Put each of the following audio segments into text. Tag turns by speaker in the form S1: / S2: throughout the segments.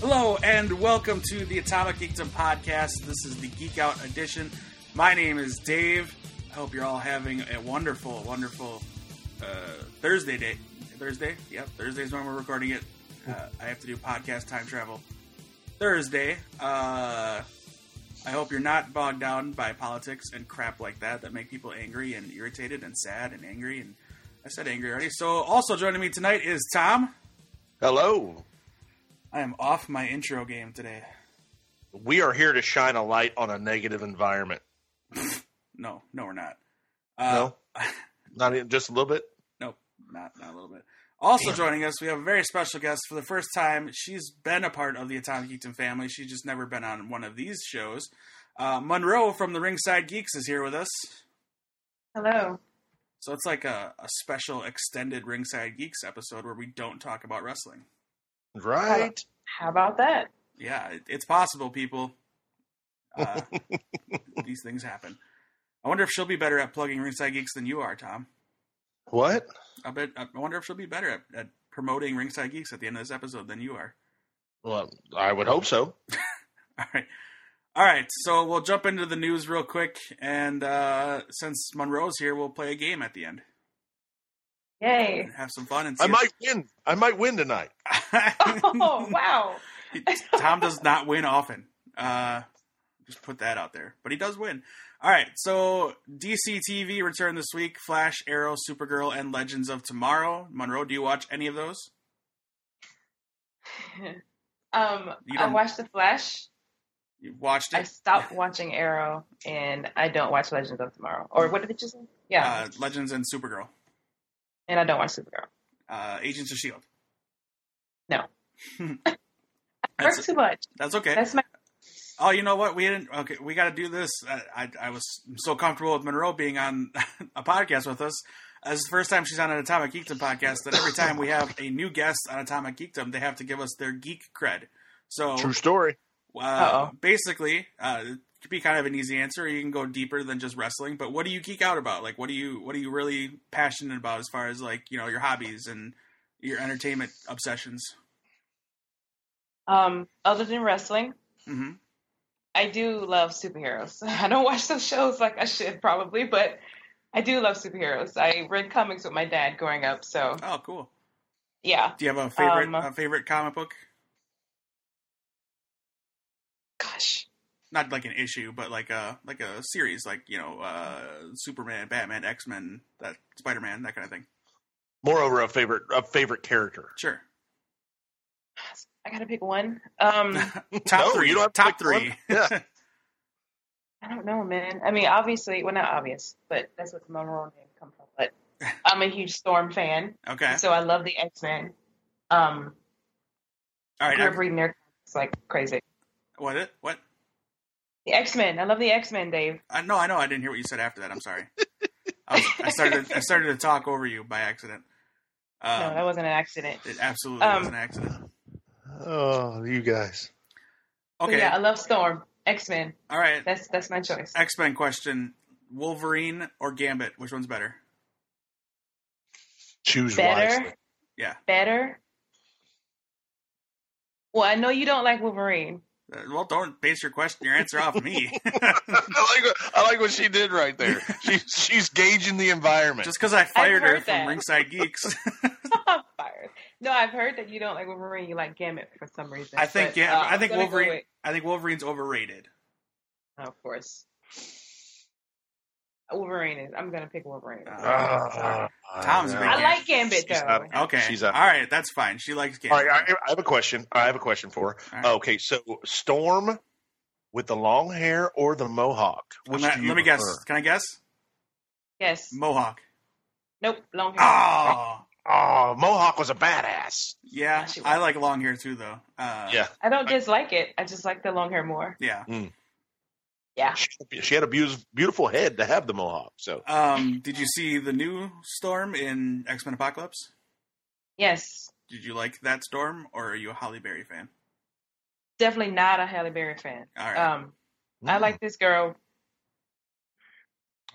S1: Hello and welcome to the Atomic Geekdom podcast. This is the Geek Out edition. My name is Dave. I hope you're all having a wonderful, wonderful uh, Thursday day. Thursday? Yep, Thursday's when we're recording it. Uh, I have to do podcast time travel Thursday. Uh, I hope you're not bogged down by politics and crap like that that make people angry and irritated and sad and angry. And I said angry already. So also joining me tonight is Tom.
S2: Hello.
S1: I am off my intro game today.
S2: We are here to shine a light on a negative environment.
S1: No, no, we're not. Uh,
S2: no, not even, just a little bit.
S1: Nope, not not a little bit. Also joining us, we have a very special guest for the first time. She's been a part of the Atomic Geekdom family. She's just never been on one of these shows. Uh, Monroe from the Ringside Geeks is here with us.
S3: Hello.
S1: So it's like a, a special extended Ringside Geeks episode where we don't talk about wrestling.
S2: Right.
S3: How about that?
S1: Yeah, it, it's possible, people. Uh, these things happen. I wonder if she'll be better at plugging Ringside Geeks than you are, Tom.
S2: What?
S1: I bet. I wonder if she'll be better at, at promoting Ringside Geeks at the end of this episode than you are.
S2: Well, I would hope so.
S1: All right. All right. So we'll jump into the news real quick, and uh, since Monroe's here, we'll play a game at the end
S3: Yay.
S1: and have some fun. And see
S2: I might win. I might win tonight.
S1: if-
S3: Oh, wow.
S1: Tom does not win often. Uh, just put that out there, but he does win. All right, so DC TV returned this week: Flash, Arrow, Supergirl, and Legends of Tomorrow. Monroe, do you watch any of those?
S3: Um,
S1: You
S3: I
S1: don't-
S3: watched The Flash.
S1: You watched
S3: I
S1: it,
S3: stopped watching Arrow, and I don't watch Legends of Tomorrow. Or what did it just say?
S1: uh,
S3: Yeah.
S1: Legends and Supergirl,
S3: and I don't watch Supergirl.
S1: uh, Agents of Shield.
S3: No. I work
S1: that's,
S3: too much.
S1: that's okay.
S3: That's my.
S1: Oh, you know what? We didn't. Okay, we got to do this. I, I, I was so comfortable with Monroe being on a podcast with us. This is the first time she's on an Atomic Geekdom podcast. That every time we have a new guest on Atomic Geekdom, they have to give us their geek cred. So
S2: True story.
S1: uh,
S3: Uh-oh.
S1: basically, uh, it could be kind of an easy answer. You can go deeper than just wrestling. But what do you geek out about? Like, what do you what are you really passionate about as far as like you know your hobbies and your entertainment obsessions?
S3: Um, other than wrestling,
S1: hmm
S3: I do love superheroes. I don't watch those shows like I should probably, but I do love superheroes. I read comics with my dad growing up, so
S1: Oh, cool.
S3: yeah.
S1: Do you have a favorite
S3: Um,
S1: a favorite comic book?
S3: Gosh.
S1: not like an issue, but like a like a series, like you know, uh, Superman, Batman, X Men, that Spider Man, that kind of thing.
S2: Moreover, a favorite a favorite character.
S1: Sure,
S3: I gotta pick one. Um.
S1: top
S2: No,
S1: three,
S2: you don't have to
S1: top
S2: pick one.
S1: three.
S2: Yeah.
S3: I don't know, man. I mean, obviously, well, not obvious, but that's what the Monroe name comes from. But I'm a huge Storm fan,
S1: okay,
S3: so I love the X Men. Um,
S1: all right.
S3: grew up
S1: I-
S3: reading their comics like crazy.
S1: what? it- What?
S3: The X Men. I love the X Men, Dave.
S1: I no, I know. I didn't hear what you said after that. I'm sorry. I, was, I started. I started to talk over you by accident. Um,
S3: no, that wasn't an accident.
S1: it absolutely
S3: um,
S1: was an accident.
S2: Oh, you guys.
S3: But
S1: Okay,
S3: yeah, I love Storm. X Men.
S1: all right.
S3: That's that's my choice.
S1: X Men question: Wolverine or Gambit? Which one's better?
S2: Choose
S3: Better.
S2: wisely.
S1: Yeah.
S3: Better. Well, I know you don't like Wolverine.
S1: Uh, Well, don't base your question, your answer off me.
S2: I like what- I like what she did right there. She, she's gauging the environment.
S1: Just because I fired her
S3: heard
S1: from
S3: that.
S1: Ringside Geeks.
S3: I'm fired. No, I've heard that you don't like Wolverine. You like Gambit for some reason.
S1: I think
S3: But,
S1: yeah.
S3: uh,
S1: I
S3: I'm
S1: think
S3: gonna go
S1: Wolverine.
S3: with-
S1: I think Wolverine's overrated.
S3: Of course. Wolverine is. I'm gonna pick Wolverine.
S1: Ah.
S3: Sorry.
S1: Tom's
S2: no.
S1: big
S3: I like Gambit
S2: She's
S3: though.
S2: not-
S1: Okay.
S2: She's a-
S1: All right, that's fine. She likes
S2: All
S1: Gambit.
S2: right, I, I have a question. I have a question for her.
S1: All right.
S2: Okay, so Storm with the long hair or the mohawk?
S1: I'm
S2: Which
S1: not-
S2: do you
S1: let me guess.
S2: prefer?
S1: Can I guess?
S3: Yes.
S1: Mohawk.
S3: nope. Long hair.
S1: Oh,
S2: Oh, mohawk was a badass.
S1: yeah.
S3: She
S1: I like long hair too, though. Uh,
S2: yeah,
S3: I don't dislike it. I just like the long hair more.
S1: Yeah.
S3: Yeah.
S2: she, she had a beautiful, beautiful head to have the mohawk. So
S1: Um, did you see the new Storm in X Men Apocalypse?
S3: Yes.
S1: Did you like that Storm, or are you a Holly Berry fan?
S3: Definitely not a Halle Berry fan.
S1: All right. Mm.
S3: Um, I like this girl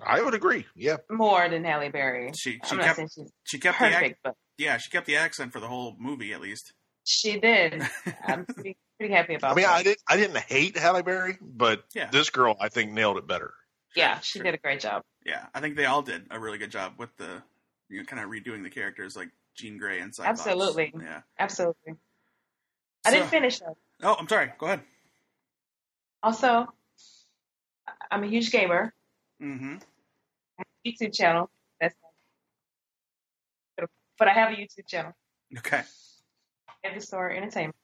S2: I would agree. Yeah,
S3: more than Halle Berry.
S1: she she
S3: I'm not
S1: kept
S3: saying she's
S1: she kept the ac-
S3: perfect, but
S1: yeah she kept the accent for the whole movie at least.
S3: she did. I'm pretty pretty happy about.
S2: I mean,
S3: that.
S2: I didn't I didn't hate Halle Berry, but
S1: Yeah.
S2: this girl I think nailed it better.
S3: yeah, she
S1: sure.
S3: did a great job.
S1: Yeah, I think they all did a really good job with the you know kind of redoing the characters like Jean Grey and Cyclops.
S3: Absolutely.
S1: Yeah.
S3: Absolutely. I didn't
S1: So-
S3: finish though.
S1: Oh, I'm sorry. Go ahead.
S3: Also, I- I'm a huge gamer.
S1: Mm-hmm.
S3: I have a YouTube channel. That's but I have a YouTube channel.
S1: Okay.
S3: Every Store Entertainment,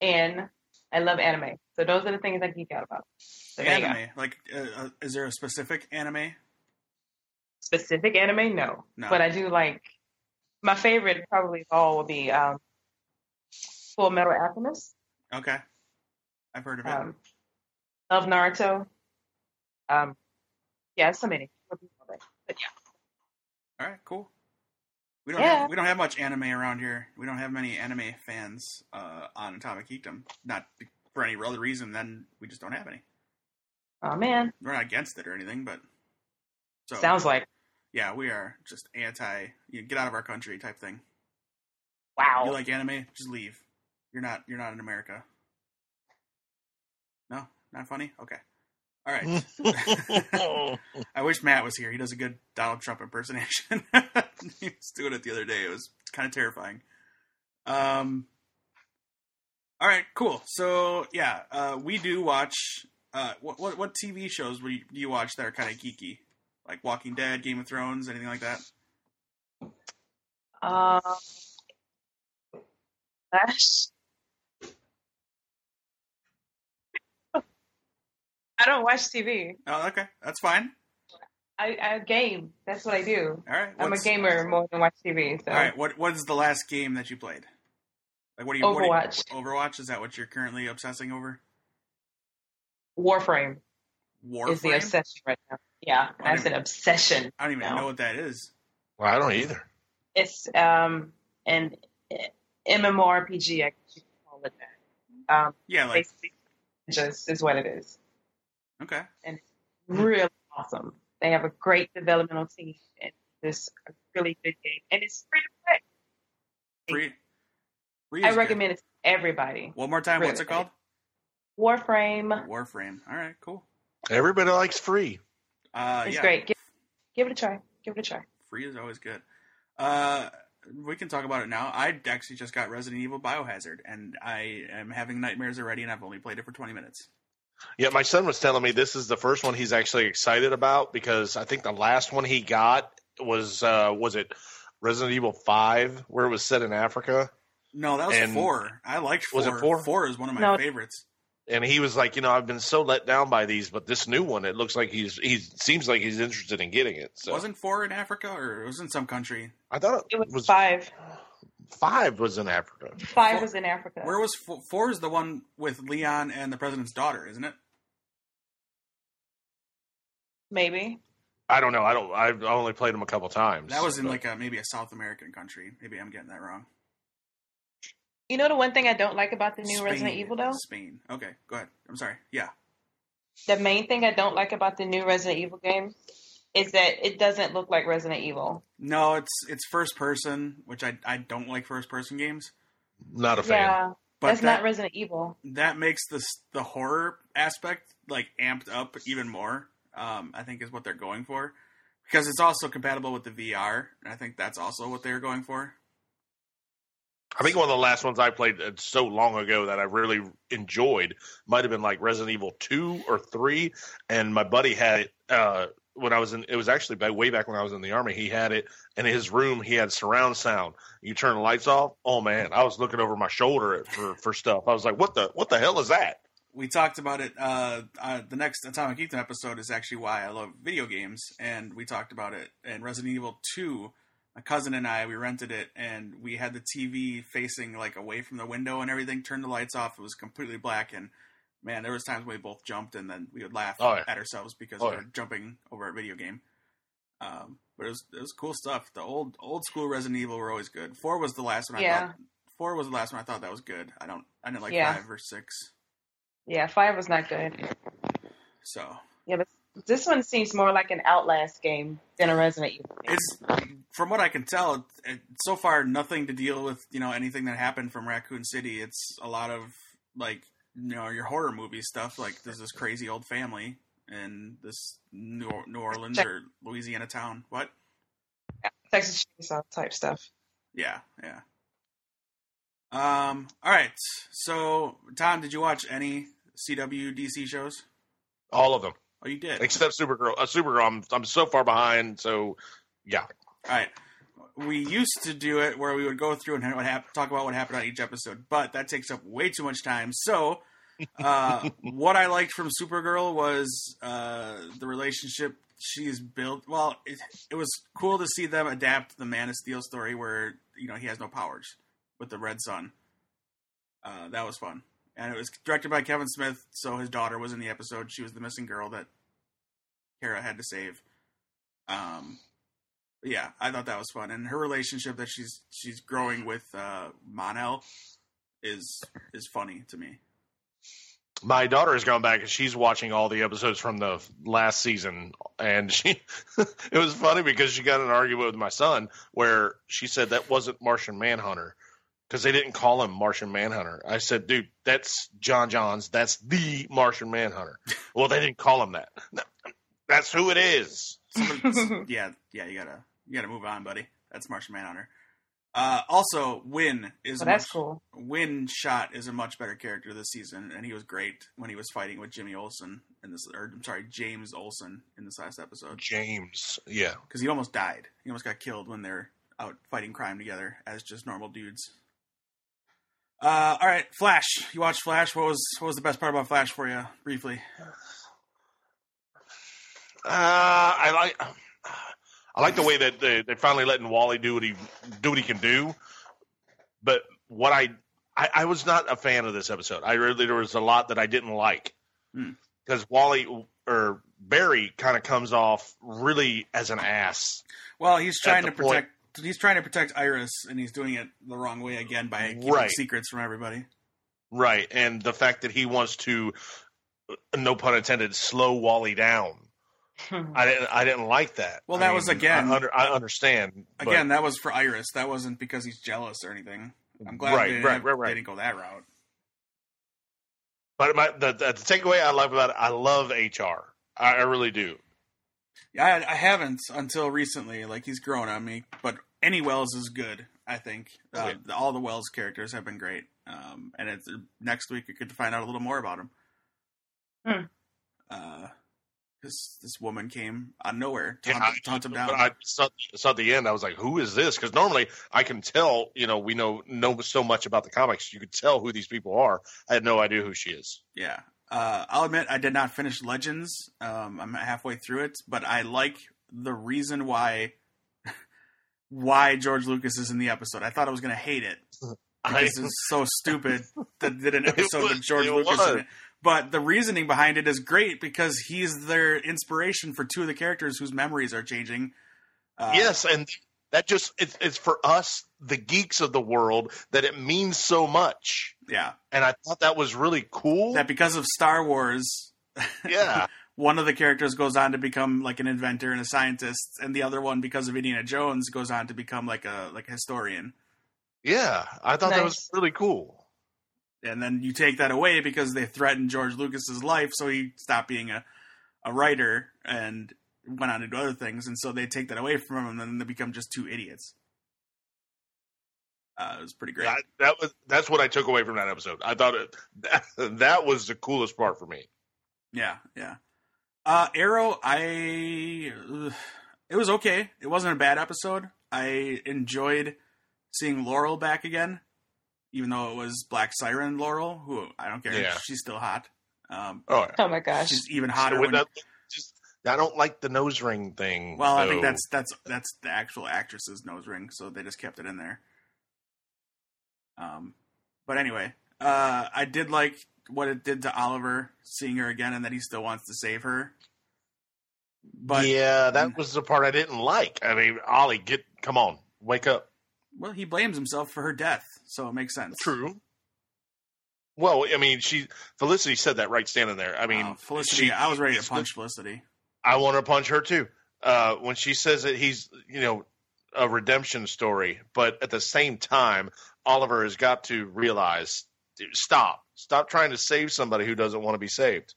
S3: and I love anime. So those are the things I geek out about. So there you go.
S1: anime. Like, uh, uh, is there a specific anime?
S3: specific anime, no.
S1: No.
S3: But I do like my favorite probably of all will be um, Full Metal Alchemist.
S1: Okay. I've heard of it.
S3: Um, love Naruto. Um, yeah, so many. But yeah,
S1: all right. Cool. We don't
S3: yeah.
S1: have, we don't have much anime around here. We don't have many anime fans uh, on Atomic Geekdom. Not be- for any other reason than we just don't have any.
S3: oh man,
S1: We're not against it or anything, but so
S3: sounds like
S1: yeah, we are just anti. You know, get out of our country type thing.
S3: wow.
S1: You like anime? Just leave. You're not. You're not in America. No, not funny. Okay. All right. I wish Matt was here. He does a good Donald Trump impersonation. he was doing it the other day. It was kind of terrifying. Um. All right, cool. So yeah, uh, we do watch. Uh, what what what TV shows would you, do you watch that are kind of geeky, like Walking Dead, Game of Thrones, anything like that?
S3: Um, gosh. I don't watch TV.
S1: Oh, okay, that's fine.
S3: I, I game. That's what I do.
S1: All right,
S3: I'm a
S1: what's-
S3: gamer more than watch TV. So
S1: All right, what what is the last game that you played? Like what do you what do you-
S3: Overwatch,
S1: Overwatch is that what you're currently obsessing over?
S3: Warframe, is the
S1: Warframe.
S3: obsession right now. Yeah, that's an obsession.
S1: I don't even
S3: No.
S1: know what that is.
S2: well, I don't either.
S3: It's um an eh, MMORPG. I guess you could call it that. Um,
S1: Yeah, like
S3: basically, just is what it is.
S1: okay,
S3: Really awesome. They have a great developmental team and this a really good game, and it's free to play.
S1: free. free is
S3: I
S1: good.
S3: recommend it to everybody.
S1: One more time. What's it
S3: Really.
S1: called? Uh,
S3: Warframe
S1: Warframe. All right, cool.
S2: Everybody likes free.
S1: Uh,
S3: is
S1: yeah,
S3: great. Give, give it a try. Give it a try.
S1: free is always good. Uh, we can talk about it now. I actually just got Resident Evil Biohazard, and I am having nightmares already, and I've only played it for 20 minutes.
S2: Yeah, my son was telling me this is the first one he's actually excited about because I think the last one he got was uh was it Resident Evil Five, where it was set in Africa,
S1: No, that was
S2: And-
S1: four. I liked four.
S2: Was it four?
S1: Four is one of my
S3: No.
S1: favorites.
S2: and he was like, you know, I've been so let down by these, but this new one, it looks like he's he seems like he's interested in getting it. So
S1: Wasn't four in Africa, or it was in some country?
S2: I thought
S3: It was, five.
S2: Five was in Africa.
S3: Five
S1: Four-
S3: was in Africa.
S1: Where was four, four? Is the one with Leon and the president's daughter, isn't it?
S3: Maybe.
S2: I don't know. I don't. I've only played them a couple times.
S1: That was in
S2: but-
S1: like a, maybe a South American country. Maybe I'm getting that wrong.
S3: You know the one thing I don't like about the new Resident Evil though?
S1: Spain. Okay, go ahead. I'm sorry. Yeah.
S3: The main thing I don't like about the new Resident Evil game is that it doesn't look like Resident Evil.
S1: No, it's it's first person, which I I don't like first person games.
S2: not a fan.
S3: Yeah.
S1: But
S3: that's
S1: that
S3: not Resident Evil.
S1: that makes the s- the horror aspect like amped up even more. Um, I think is what they're going for because it's also compatible with the VR, and I think that's also what they're going for.
S2: I think one of the last ones I played uh, so long ago that I really enjoyed might have been like Resident Evil two or three, and my buddy had it uh, when I was in. It was actually back, way back when I was in the army. He had it in his room. He had surround sound. You turn the lights off. Oh man, I was looking over my shoulder at- for for stuff. I was like, what the what the hell is that?
S1: we talked about it. Uh, uh, the next Atomic Ethan episode is actually why I love video games, and we talked about it. And Resident Evil Two, my cousin and I, we rented it, and we had the TV facing like away from the window and everything. Turned the lights off. It was completely black, and man, there was times we both jumped, and then we would laugh
S2: Oh, yeah.
S1: at ourselves because we
S2: Oh, yeah.
S1: were jumping over a video game. Um, but it was it was cool stuff. The old old school Resident Evil were always good. Four was the last one. I
S3: Yeah.
S1: thought, Four was the last one. I thought that was good. I don't. I didn't like
S3: Yeah.
S1: five or six.
S3: Yeah, five was not good.
S1: So
S3: Yeah, but this one seems more like an Outlast game than a Resident Evil game.
S1: It's from what I can tell, it, it, so far nothing to deal with. You know anything that happened from Raccoon City. It's a lot of like you know your horror movie stuff. Like there's this crazy old family in this New, New Orleans or Louisiana town. What?
S3: Texas Chainsaw type stuff.
S1: Yeah, yeah. Um. All right. So, Tom, did you watch any CW DC shows?
S2: All of them
S1: Oh, you did.
S2: except Supergirl. Uh, Supergirl, I'm I'm so far behind. So yeah,
S1: All right. We used to do it where we would go through and what hap- talk about what happened on each episode, but that takes up way too much time. So, uh, what I liked from Supergirl was uh, the relationship she's built. Well, it, it was cool to see them adapt the Man of Steel story where you know he has no powers with the Red Sun. Uh, that was fun, and it was directed by Kevin Smith. So his daughter was in the episode. She was the missing girl that Kara had to save. Um, yeah, I thought that was fun, and her relationship that she's she's growing with uh, Monel is is funny to me.
S2: my daughter has gone back and she's watching all the episodes from the last season, and she it was funny because she got in an argument with my son where she said that wasn't Martian Manhunter because they didn't call him Martian Manhunter. I said, dude, that's John Johns. That's the Martian Manhunter. well, they didn't call him that. No, that's who it is.
S1: Somebody- yeah, yeah, you gotta you gotta move on, buddy. That's Martian Manhunter. Uh, also, Win is
S3: So Oh, that's
S1: much-
S3: cool.
S1: Win shot is a much better character this season, and he was great when he was fighting with Jimmy Olsen in this, or I'm sorry, James Olsen in this last episode
S2: James. Yeah.
S1: because he almost died. He almost got killed when they're out fighting crime together as just normal dudes. Uh, all right, Flash. You watched Flash. What was what was the best part about Flash for you? Briefly.
S2: Uh, I like I like the way that they, they're finally letting Wally do what he do what he can do. But what I, I I was not a fan of this episode. I really there was a lot that I didn't like
S1: Hmm.
S2: because Wally or Barry kind of comes off really as an ass.
S1: Well, he's trying
S2: the
S1: to protect. He's trying to protect Iris, and he's doing it the wrong way again by keeping
S2: Right.
S1: secrets from everybody.
S2: Right, and the fact that he wants to, no pun intended, slow Wally down.
S1: Hmm.
S2: I didn't. I didn't like that.
S1: Well,
S2: I
S1: that was again-
S2: I, under, I understand. but-
S1: Again, that was for Iris. That wasn't because he's jealous or anything. I'm glad
S2: Right,
S1: they, didn't
S2: right,
S1: have-
S2: right, right.
S1: they didn't go that route.
S2: But my, the, the, the takeaway I love about it, I love HR. I, I really do.
S1: Yeah, I, I haven't until recently. Like he's grown on me, but any Wells is good. I think uh,
S2: Yeah.
S1: the- all the Wells characters have been great, um, and it's, next week we could find out a little more about him.
S3: Hmm.
S1: Uh, this this woman came out of nowhere,
S2: Yeah,
S1: taunt,
S2: I-
S1: taunt him down.
S2: But I saw, saw the end. I was like, "Who is this?" Because normally I can tell. You know, we know know so much about the comics. You could tell who these people are. I had no idea who she is.
S1: Yeah. Uh, I'll admit I did not finish Legends. Um, I'm halfway through it, but I like the reason why why George Lucas is in the episode. I thought I was going to hate it
S2: I,
S1: because it's so stupid that they did an
S2: It
S1: episode with
S2: was-
S1: George
S2: it
S1: Lucas in
S2: was.
S1: it. But the reasoning behind it is great because he's their inspiration for two of the characters whose memories are changing. Uh,
S2: yes, and that just it's, it's for us, the geeks of the world, that it means so much.
S1: yeah.
S2: And I thought that was really cool.
S1: That because of Star Wars,
S2: yeah,
S1: one of the characters goes on to become like an inventor and a scientist, and the other one, because of Indiana Jones, goes on to become like a like a historian.
S2: yeah. I thought that was
S3: Nice.
S2: really cool.
S1: And then you take that away because they threatened George Lucas's life, so he stopped being a a writer and went on to do other things. And so they take that away from him, and then they become just two idiots. Uh, it was pretty great.
S2: That, that was that's what I took away from that episode. I thought it, that, that was the coolest part for me.
S1: Yeah, yeah. Uh, Arrow, I it was okay. It wasn't a bad episode. I enjoyed seeing Laurel back again, even though it was Black Siren Laurel, who I don't care.
S2: Yeah.
S1: She's still hot. Um,
S2: All right.
S3: Oh my gosh.
S1: she's even hotter.
S2: So
S1: When,
S2: with that- just- I don't like the nose ring thing.
S1: well, I think
S2: so-
S1: that's that's that's the actual actress's nose ring, so they just kept it in there. Um, but anyway, uh, I did like what it did to Oliver seeing her again, and that he still wants to save her. But
S2: yeah, that was the part I didn't like. I mean, Ollie, get come on, wake up.
S1: Well, he blames himself for her death, so it makes sense.
S2: True. Well, I mean, she Felicity said that right standing there. I
S1: I
S2: mean,
S1: Uh, Oh, Felicity,
S2: she-
S1: I was ready to punch Felicity.
S2: I want to punch her too. Uh, when she says that he's, you know, a redemption story, but at the same time, Oliver has got to realize dude, stop, stop trying to save somebody who doesn't want to be saved.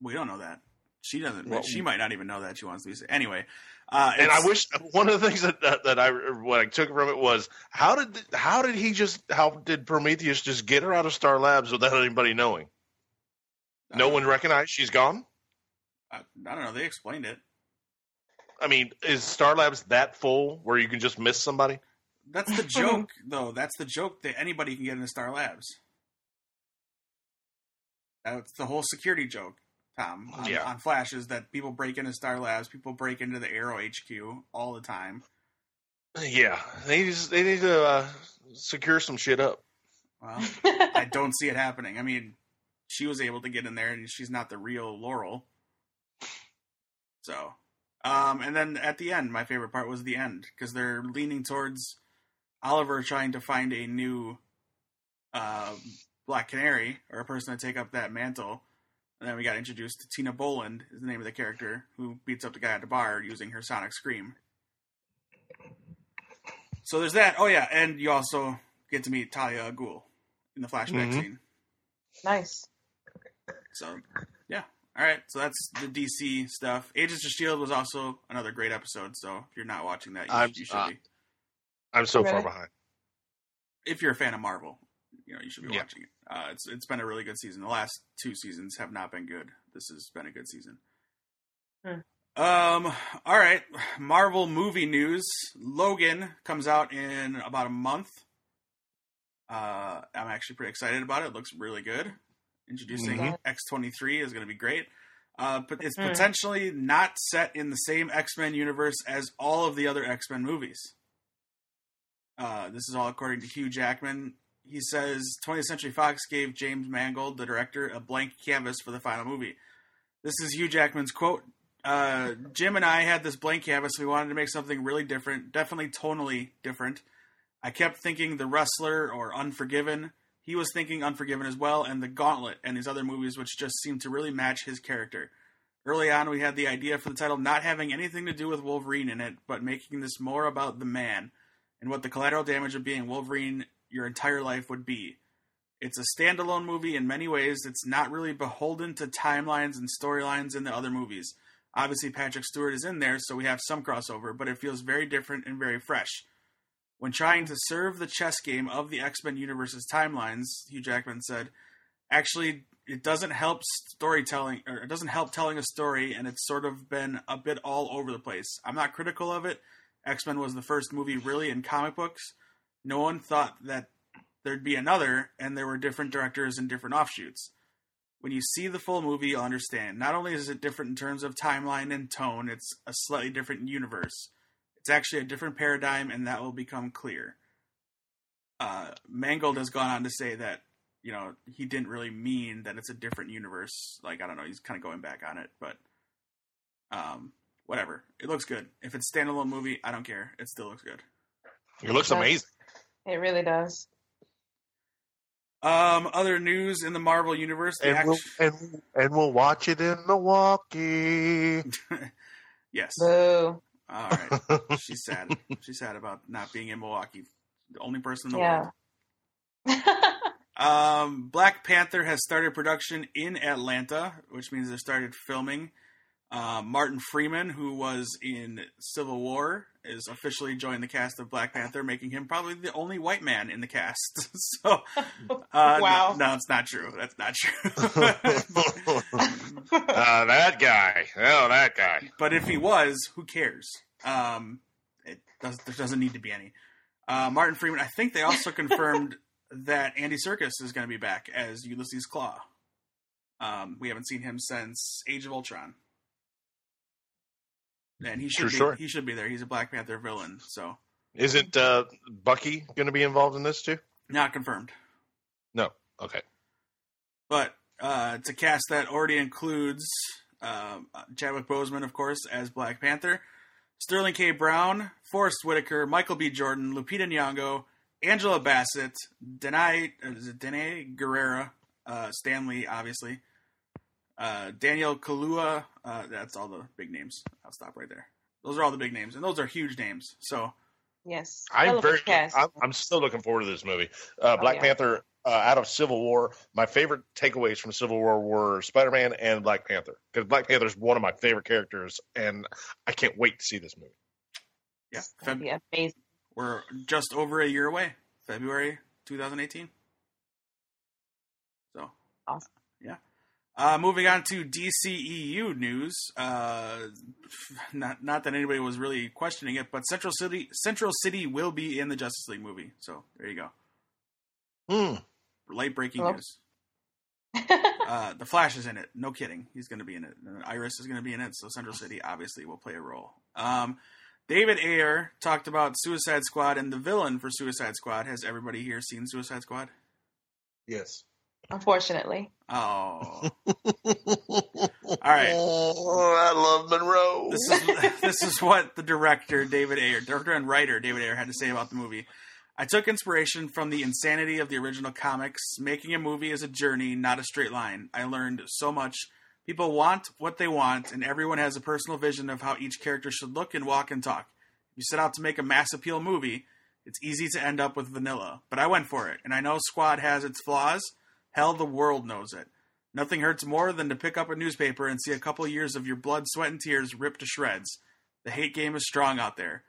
S1: We don't know that. She doesn't.
S2: Well-
S1: she might not even know that she wants to be. sa- Anyway, uh,
S2: And
S1: it's-
S2: I wish one of the things that, that that I what I took from it was how did how did he just how did Prometheus just get her out of Star Labs without anybody knowing? No one recognized she's gone.
S1: I, I don't know. They explained it.
S2: I mean, is Star Labs that full where you can just miss somebody?
S1: That's the joke, though. That's the joke that anybody can get into Star Labs. That's the whole security joke, Tom. On,
S2: Yeah.
S1: on Flash is that people break into Star Labs, people break into the Arrow HQ all the time.
S2: Yeah, they just they need to uh, secure some shit up.
S1: Well, I don't see it happening. I mean, she was able to get in there, and she's not the real Laurel. So, um, and then at the end, my favorite part was the end because they're leaning towards Oliver trying to find a new uh, Black Canary or a person to take up that mantle. And then we got introduced to Tina Boland, is the name of the character who beats up the guy at the bar using her sonic scream. So there's that. Oh yeah, and you also get to meet Talia al Ghul in the flashback
S2: Mhm.
S1: scene.
S3: nice.
S1: So, yeah. All right. So that's the DC stuff. Agents of Shield was also another great episode. So if you're not watching that, you,
S2: I'm-
S1: you should
S2: uh,
S1: be.
S2: I'm so far
S3: Really?
S2: behind.
S1: If you're a fan of Marvel, you know you should be
S2: Yeah.
S1: watching it. Uh, it's it's been a really good season. The last two seasons have not been good. This has been a good season.
S3: Hmm.
S1: Um. All right. Marvel movie news. Logan comes out in about a month. Uh, I'm actually pretty excited about it. It looks really good. Introducing
S3: Mhm.
S1: X23 is going to be great. Uh, but it's
S3: Mm.
S1: potentially not set in the same X Men universe as all of the other X Men movies. Uh, this is all according to Hugh Jackman. He says 20th Century Fox gave James Mangold, the director, a blank canvas for the final movie. This is Hugh Jackman's quote. Uh, Jim and I had this blank canvas. We wanted to make something really different, definitely tonally different. I kept thinking The Wrestler or Unforgiven. He was thinking Unforgiven as well, and The Gauntlet and his other movies, which just seemed to really match his character. Early on, we had the idea for the title not having anything to do with Wolverine in it, but making this more about the man and what the collateral damage of being Wolverine your entire life would be. It's a standalone movie in many ways. It's not really beholden to timelines and storylines in the other movies. Obviously, Patrick Stewart is in there, so we have some crossover, but it feels very different and very fresh. When trying to serve the chess game of the X Men universe's timelines, Hugh Jackman said, actually, it doesn't help storytelling, or it doesn't help telling a story, and it's sort of been a bit all over the place. I'm not critical of it. X Men was the first movie really in comic books. No one thought that there'd be another, and there were different directors and different offshoots. When you see the full movie, you'll understand. Not only is it different in terms of timeline and tone, it's a slightly different universe. It's actually a different paradigm, and that will become clear. Uh, Mangold has gone on to say that, you know, he didn't really mean that it's a different universe. Like, I don't know, he's kind of going back on it, but um, whatever. It looks good. If it's a standalone movie, I don't care. It still looks good.
S2: It looks
S3: Nice.
S2: amazing.
S3: It really does.
S1: Um, other news in the Marvel universe. The
S2: And we'll,
S1: act-
S2: and, and we'll watch it in Milwaukee.
S1: yes.
S3: Boo.
S1: All right. She's sad. She's sad about not being in Milwaukee. The only person in the
S3: Yeah.
S1: world. Um, Black Panther has started production in Atlanta, which means they started filming. Uh, Martin Freeman, who was in Civil War, is officially joined the cast of Black Panther, making him probably the only white man in the cast. so, uh,
S3: Wow.
S1: no, no, it's not true. That's not true.
S2: Uh, that guy. Oh, that guy.
S1: But if he was, who cares? Um, it does, there doesn't need to be any. Uh, Martin Freeman. I think they also confirmed that Andy Serkis is going to be back as Ulysses Claw. Um, we haven't seen him since Age of Ultron, and he should
S2: True
S1: be,
S2: story.
S1: he should be there. He's a Black Panther villain, so
S2: Isn't uh, Bucky going to be involved in this too?
S1: not confirmed.
S2: No. Okay.
S1: But uh, to cast that already includes um, Chadwick Boseman, of course, as Black Panther, Sterling K. Brown, Forrest Whitaker, Michael B. Jordan, Lupita Nyong'o, Angela Bassett, Denai, or is it Danae Guerrera, uh, Stanley, obviously, uh, Daniel Kalua. Uh, that's all the big names. I'll stop right there. Those are all the big names, and those are huge names. So
S3: yes.
S2: I'm
S3: Relevant
S2: very.
S3: cast.
S2: I'm, I'm still looking forward to this movie. Uh, Black
S3: yeah.
S2: Panther. uh, out of Civil War, my favorite takeaways from Civil War were Spider Man and Black Panther because Black Panther is one of my favorite characters, and I can't wait to see this movie.
S1: Yeah,
S3: That'd
S1: Feb-
S3: be amazing.
S1: we're just over a year away. February 2018. So
S3: Awesome.
S1: Yeah. Uh, moving on to DCEU news. Uh, not not that anybody was really questioning it, but Central City Central City will be in the Justice League movie. So there you go.
S2: Hmm.
S1: Late breaking
S3: Hello?
S1: news. Uh, the Flash is in it. No kidding. He's going to be in it. And Iris is going to be in it. So Central City obviously will play a role. Um, David Ayer talked about Suicide Squad and the villain for Suicide Squad. Has everybody here seen Suicide Squad?
S2: Yes.
S3: Unfortunately,
S1: Oh,
S2: All
S1: right.
S2: Oh, I love Monroe.
S1: this is this is what the director David Ayer, director and writer David Ayer, had to say about the movie. I took inspiration from the insanity of the original comics. Making a movie is a journey, not a straight line. I learned so much. People want what they want, and everyone has a personal vision of how each character should look and walk and talk. If you set out to make a mass appeal movie, it's easy to end up with vanilla. But I went for it, and I know Squad has its flaws. Hell, the world knows it. Nothing hurts more than to pick up a newspaper and see a couple years of your blood, sweat, and tears ripped to shreds. The hate game is strong out there.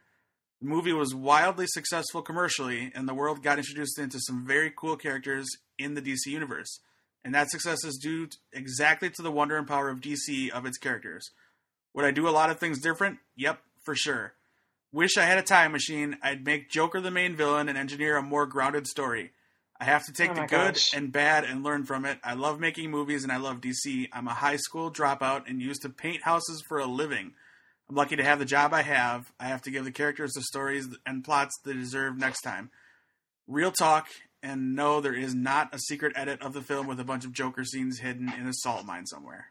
S1: The movie was wildly successful commercially, and the world got introduced into some very cool characters in the DC universe. And that success is due t- exactly to the wonder and power of DC of its characters. Would I do a lot of things different? Yep, for sure. Wish I had a time machine. I'd make Joker the main villain and engineer a more grounded story. I have to take
S3: Oh
S1: the
S3: my
S1: good
S3: gosh.
S1: and bad and learn from it. I love making movies and I love DC. I'm a high school dropout and used to paint houses for a living. I'm lucky to have the job I have. I have to give the characters the stories and plots they deserve next time. Real talk, and no, there is not a secret edit of the film with a bunch of Joker scenes hidden in a salt mine somewhere.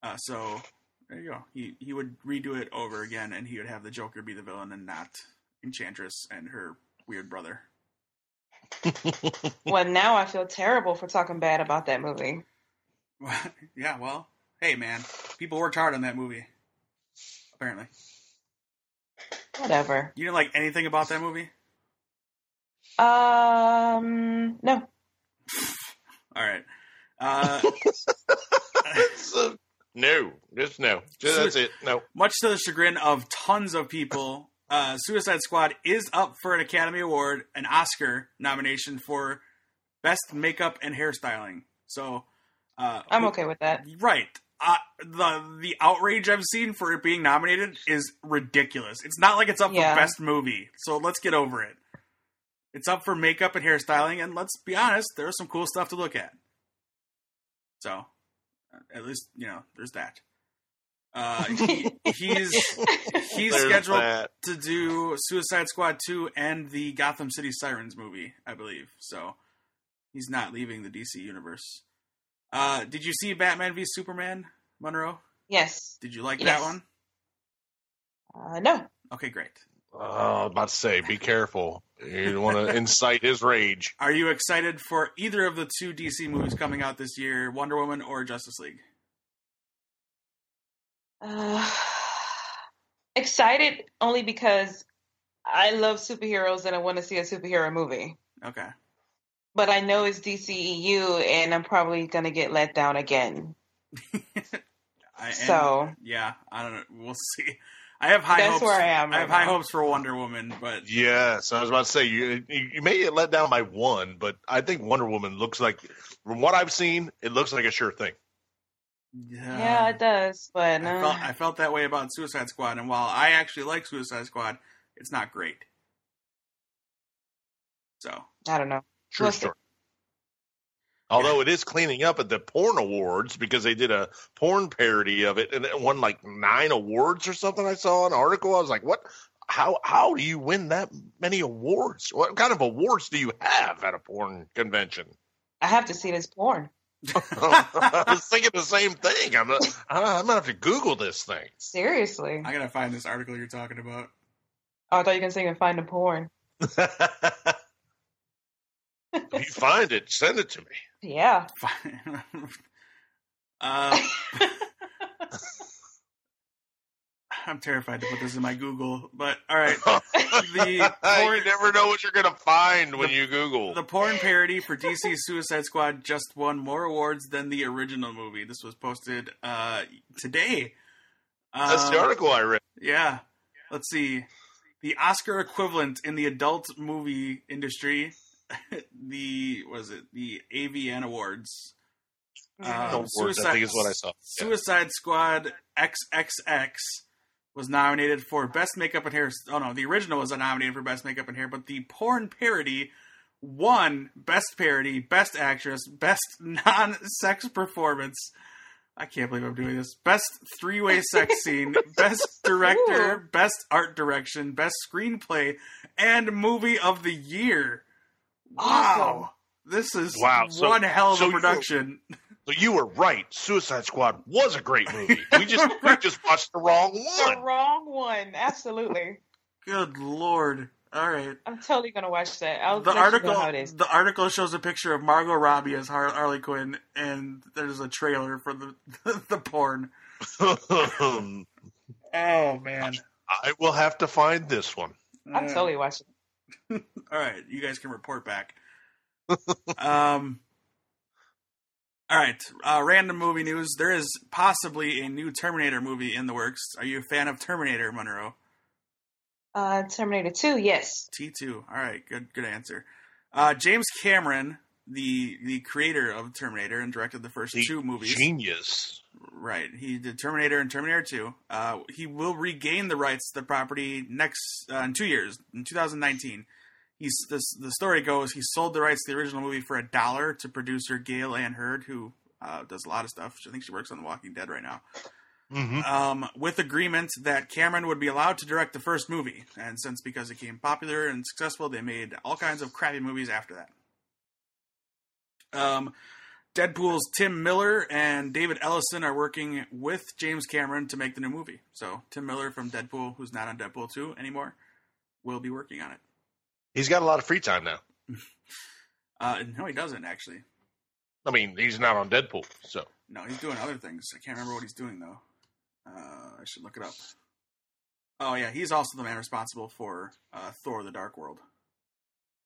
S1: Uh, so there you go. He he would redo it over again, and he would have the Joker be the villain and not Enchantress and her weird brother.
S3: well, now I feel terrible for talking bad about that movie.
S1: yeah, well, hey man, people worked hard on that movie. Apparently,
S3: Whatever.
S1: you didn't like anything about that movie.
S3: Um, no,
S1: All right. Uh,
S2: It's, uh, no, just no. Just, that's it. No.
S1: much to the chagrin of tons of people, uh, Suicide Squad is up for an Academy Award, an Oscar nomination for best makeup and hairstyling. So, uh,
S3: I'm okay with that.
S1: Right. Uh, the the outrage I've seen for it being nominated is ridiculous. It's not like it's up
S3: Yeah.
S1: for best movie, so let's get over it. It's up for makeup and hairstyling, and let's be honest, there's some cool stuff to look at. So, uh, at least you know there's that. Uh, he, he's he's
S2: There's
S1: scheduled
S2: that.
S1: to do Suicide Squad 2 and the Gotham City Sirens movie, I believe. So he's not leaving the DC universe. Uh, did you see Batman v Superman, Monroe?
S3: Yes.
S1: Did you like
S3: Yes.
S1: that one?
S3: Uh, no.
S1: Okay, great.
S2: Oh, I was about to say, be careful. You want to incite his rage.
S1: Are you excited for either of the two DC movies coming out this year, Wonder Woman or Justice League?
S3: Uh, excited only because I love superheroes and I want to see a superhero movie.
S1: Okay.
S3: But I know it's DCEU and I'm probably going to get let down again.
S1: I, and-
S3: so
S1: yeah, I don't know. We'll see. I have high
S3: that's
S1: hopes.
S3: where I am.
S1: I have
S3: right
S1: high
S3: now.
S1: hopes for Wonder Woman, but
S2: Yes, I was about to say you you you may get let down by one, but I think Wonder Woman looks like, from what I've seen, it looks like a sure thing.
S3: Yeah, it does. But
S1: I
S3: uh,
S1: felt, I felt that way about Suicide Squad, and while I actually like Suicide Squad, it's not great. So,
S3: I don't know.
S2: True
S3: Listen.
S2: story. Although it is cleaning up at the porn awards because they did a porn parody of it and it won like nine awards or something. I saw an article. I was like, what? How how do you win that many awards? What kind of awards do you have at a porn convention?
S3: I have to see this porn.
S2: I was thinking the same thing. I'm not, I'm gonna have to Google this thing.
S3: Seriously.
S1: I gotta find this article you're talking about.
S3: Oh, I thought you were going to say you can find the porn.
S2: if you find it, send it to me.
S3: Yeah.
S1: Um, uh, I'm terrified to put this in my Google, but all right.
S2: the
S1: porn-
S2: you never know what you're gonna find when
S1: The-
S2: you Google.
S1: The porn parody for DC's Suicide Squad just won more awards than the original movie. This was posted uh, today.
S2: That's the
S1: Um,
S2: article I read.
S1: Yeah. Let's see. The Oscar equivalent in the adult movie industry, the was it the AVN Awards?
S2: The
S1: Um,
S2: awards, I think is what I saw. Yeah.
S1: Suicide Squad XXX was nominated for best makeup and hair. Oh no, the original was nominated for best makeup and hair, but the porn parody won best parody, best actress, best non-sex performance. I can't believe I'm doing this. Best three-way sex scene, best director, best art direction, best screenplay, and movie of the year. Wow. This is
S2: Wow, so-
S1: one hell of
S2: so
S1: a
S2: you-
S1: production.
S2: So you were right. Suicide Squad was a great movie. We just we just watched the wrong
S3: The
S2: one.
S3: wrong one. Absolutely.
S1: Good lord. All right.
S3: I'm totally gonna watch that. I'll
S1: the
S3: let
S1: article
S3: you know how it is.
S1: the article shows a picture of Margot Robbie as Har- Harley Quinn, and there's a trailer for the the, porn.
S2: I
S1: Oh man!
S2: Um,
S1: Mm.
S2: will have to find this one.
S3: I'm totally watching.
S1: All right, you guys can report back. um. All right, uh, random movie news. There is possibly a new Terminator movie in the works. Are you a fan of Terminator, Monroe?
S3: Uh, Terminator 2. Yes.
S1: T two. All right, good good answer. Uh, James Cameron, the the creator of Terminator and directed the first
S2: The
S1: two movies.
S2: Genius.
S1: Right. He did Terminator and Terminator 2. Uh, he will regain the rights to the property next uh, in two years, in 2019. He's this, the story goes he sold the rights to the original movie for a dollar to producer Gail Ann Hurd, who uh, does a lot of stuff. I think she works on The Walking Dead right now.
S2: hmm
S1: Um, with agreement that Cameron would be allowed to direct the first movie, and since because it became popular and successful, they made all kinds of crappy movies after that. Um, Deadpool's Tim Miller and David Ellison are working with James Cameron to make the new movie. So Tim Miller from Deadpool, who's not on Deadpool two anymore, will be working on it.
S2: He's got a lot of free time now.
S1: Uh, no, he doesn't actually.
S2: I mean, he's not on Deadpool, so
S1: No, he's doing other things. I can't remember what he's doing though. Uh, I should look it up. Oh yeah, he's also the man responsible for uh, Thor: The Dark World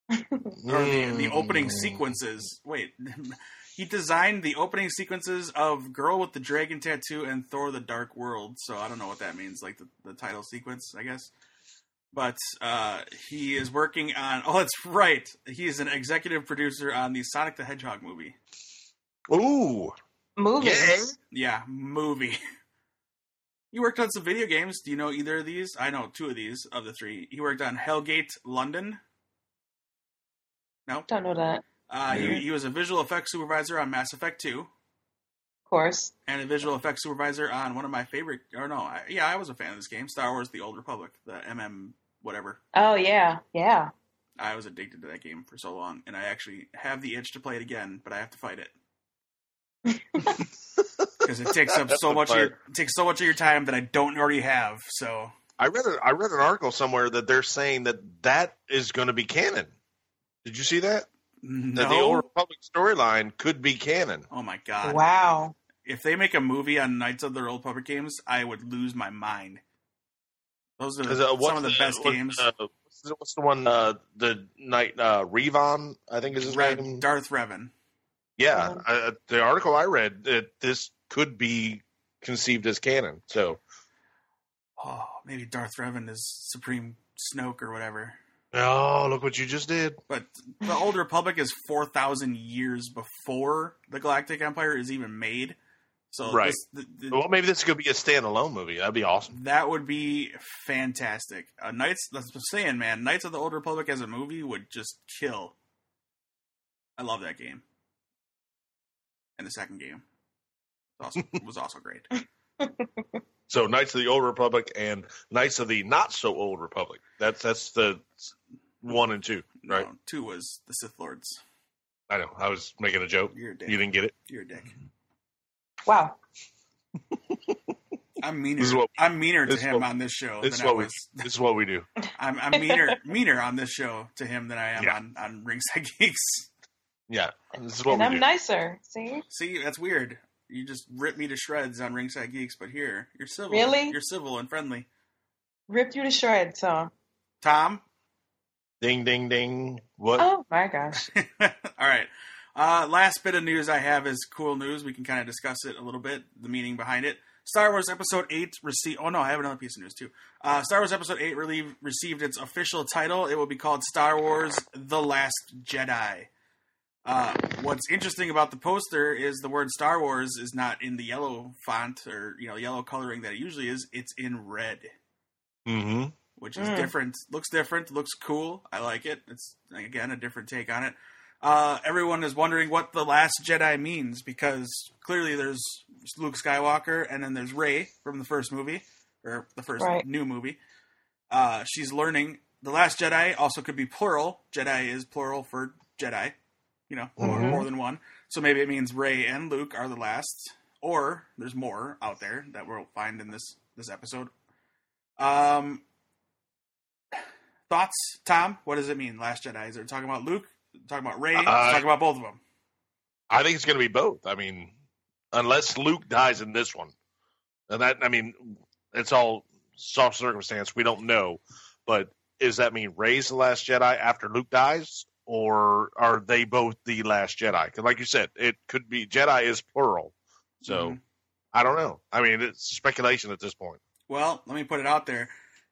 S1: or the,
S2: Hmm.
S1: the opening
S2: Mm.
S1: sequences. Wait, he designed the opening sequences of Girl with the Dragon Tattoo and Thor: The Dark World. So I don't know what that means, like the, the title sequence, I guess. But uh, he is working on. Oh, that's right. He is an executive producer on the Sonic the Hedgehog movie.
S2: Ooh,
S3: Moving.
S2: Yeah.
S1: Yeah, movie. You worked on some video games. Do you know either of these? I know two of these of the three. He worked on Hellgate London. No.
S3: Don't know that. Of
S1: Uh,
S2: Yeah.
S1: he, he was a visual effects supervisor on Mass Effect 2
S3: course.
S1: and a visual effects supervisor on one of my favorite, or no, I, yeah, I was a fan of this game, Star Wars The Old Republic, the MM whatever.
S3: Oh yeah. Yeah.
S1: I was addicted to that game for so long, and I actually have the itch to play it again, but I have to fight it. Because it takes up
S2: That's
S1: so
S2: the
S1: much of your,
S2: part.
S1: it takes so much of your time that I don't already have, so...
S2: I read a, I read an article somewhere that they're saying that that is going to be canon. Did you see that?
S1: No.
S2: That the old Republic storyline could be canon.
S1: oh my god!
S3: Wow.
S1: If they make a movie on Knights of the Old Republic games, I would lose my mind. Those are
S2: Is, uh, what's
S1: some of the best
S2: what's,
S1: games.
S2: uh, what's, the, what's the one? Uh, the night uh, Revon, I think is his
S1: Red-
S2: name.
S1: Darth Revan.
S2: yeah, uh, the article I read that this could be conceived as canon. So
S1: Oh, maybe Darth Revan is Supreme Snoke or whatever.
S2: oh, look what you just did.
S1: But the Old Republic is four thousand years before the Galactic Empire is even made. So
S2: Right.
S1: this, the, the,
S2: Well, maybe this could be a standalone movie. That'd be awesome.
S1: That would be fantastic. Uh, Knights, that's what I'm saying, man. Knights of the Old Republic as a movie would just kill. I love that game. And the second game was also, was also great.
S2: So Knights of the Old Republic and Knights of the Not So Old Republic. That's that's the one and two.
S1: No,
S2: Right.
S1: two was the Sith Lords.
S2: I know. I was making a joke.
S1: You're a dick.
S2: You didn't get it.
S1: You're a dick.
S3: Wow.
S1: I'm meaner.
S2: This is what-
S1: I'm meaner to
S2: this is
S1: him
S2: what-
S1: on this show
S2: this is
S1: than I
S2: what we-
S1: was.
S2: This is what we do.
S1: I'm, I'm meaner meaner on this show to him than I am
S2: Yeah.
S1: on on Ringside Geeks.
S2: Yeah. This is what
S3: and
S2: we
S3: I'm
S2: do.
S3: nicer. See?
S1: See, that's weird. You just rip me to shreds on Ringside Geeks, but here you're civil.
S3: Really?
S1: You're civil and friendly.
S3: Rip you to shreds, huh?
S1: Tom.
S2: Ding, ding, ding. What?
S3: Oh my gosh.
S1: All right. Uh, last bit of news I have is cool news. We can kind of discuss it a little bit, the meaning behind it. Star Wars Episode 8 received. Oh, no, I have another piece of news, too. Uh, Star Wars Episode 8 relieved, received its official title. It will be called Star Wars The Last Jedi. Uh, what's interesting about the poster is the word Star Wars is not in the yellow font or, you know, yellow coloring that it usually is. It's in red
S2: Mm-hmm.
S1: which is
S3: Mm.
S1: different. Looks different. Looks cool. I like it. It's again a different take on it. Uh, everyone is wondering what the Last Jedi means because clearly there's Luke Skywalker and then there's Rey from the first movie or the first
S3: Right.
S1: new movie. Uh, she's learning. The Last Jedi also could be plural. Jedi is plural for Jedi. You know, more,
S3: Mm-hmm.
S2: Mhm.
S1: more than one. So maybe it means Rey and Luke are the last, or there's more out there that we'll find in this this episode. Um, thoughts, Tom? What does it mean? Last Jedi? Is it talking about Luke? Talking about Ray?
S2: Uh,
S1: talking about both of them?
S2: I think it's going to be both. I mean, unless Luke dies in this one, and that I mean, it's all soft circumstance. We don't know, but does that mean Ray's the last Jedi after Luke dies, or are they both the last Jedi? Because, like you said, it could be Jedi is plural, so
S1: Mhm.
S2: I don't know. I mean, it's speculation at this point.
S1: Well, let me put it out there.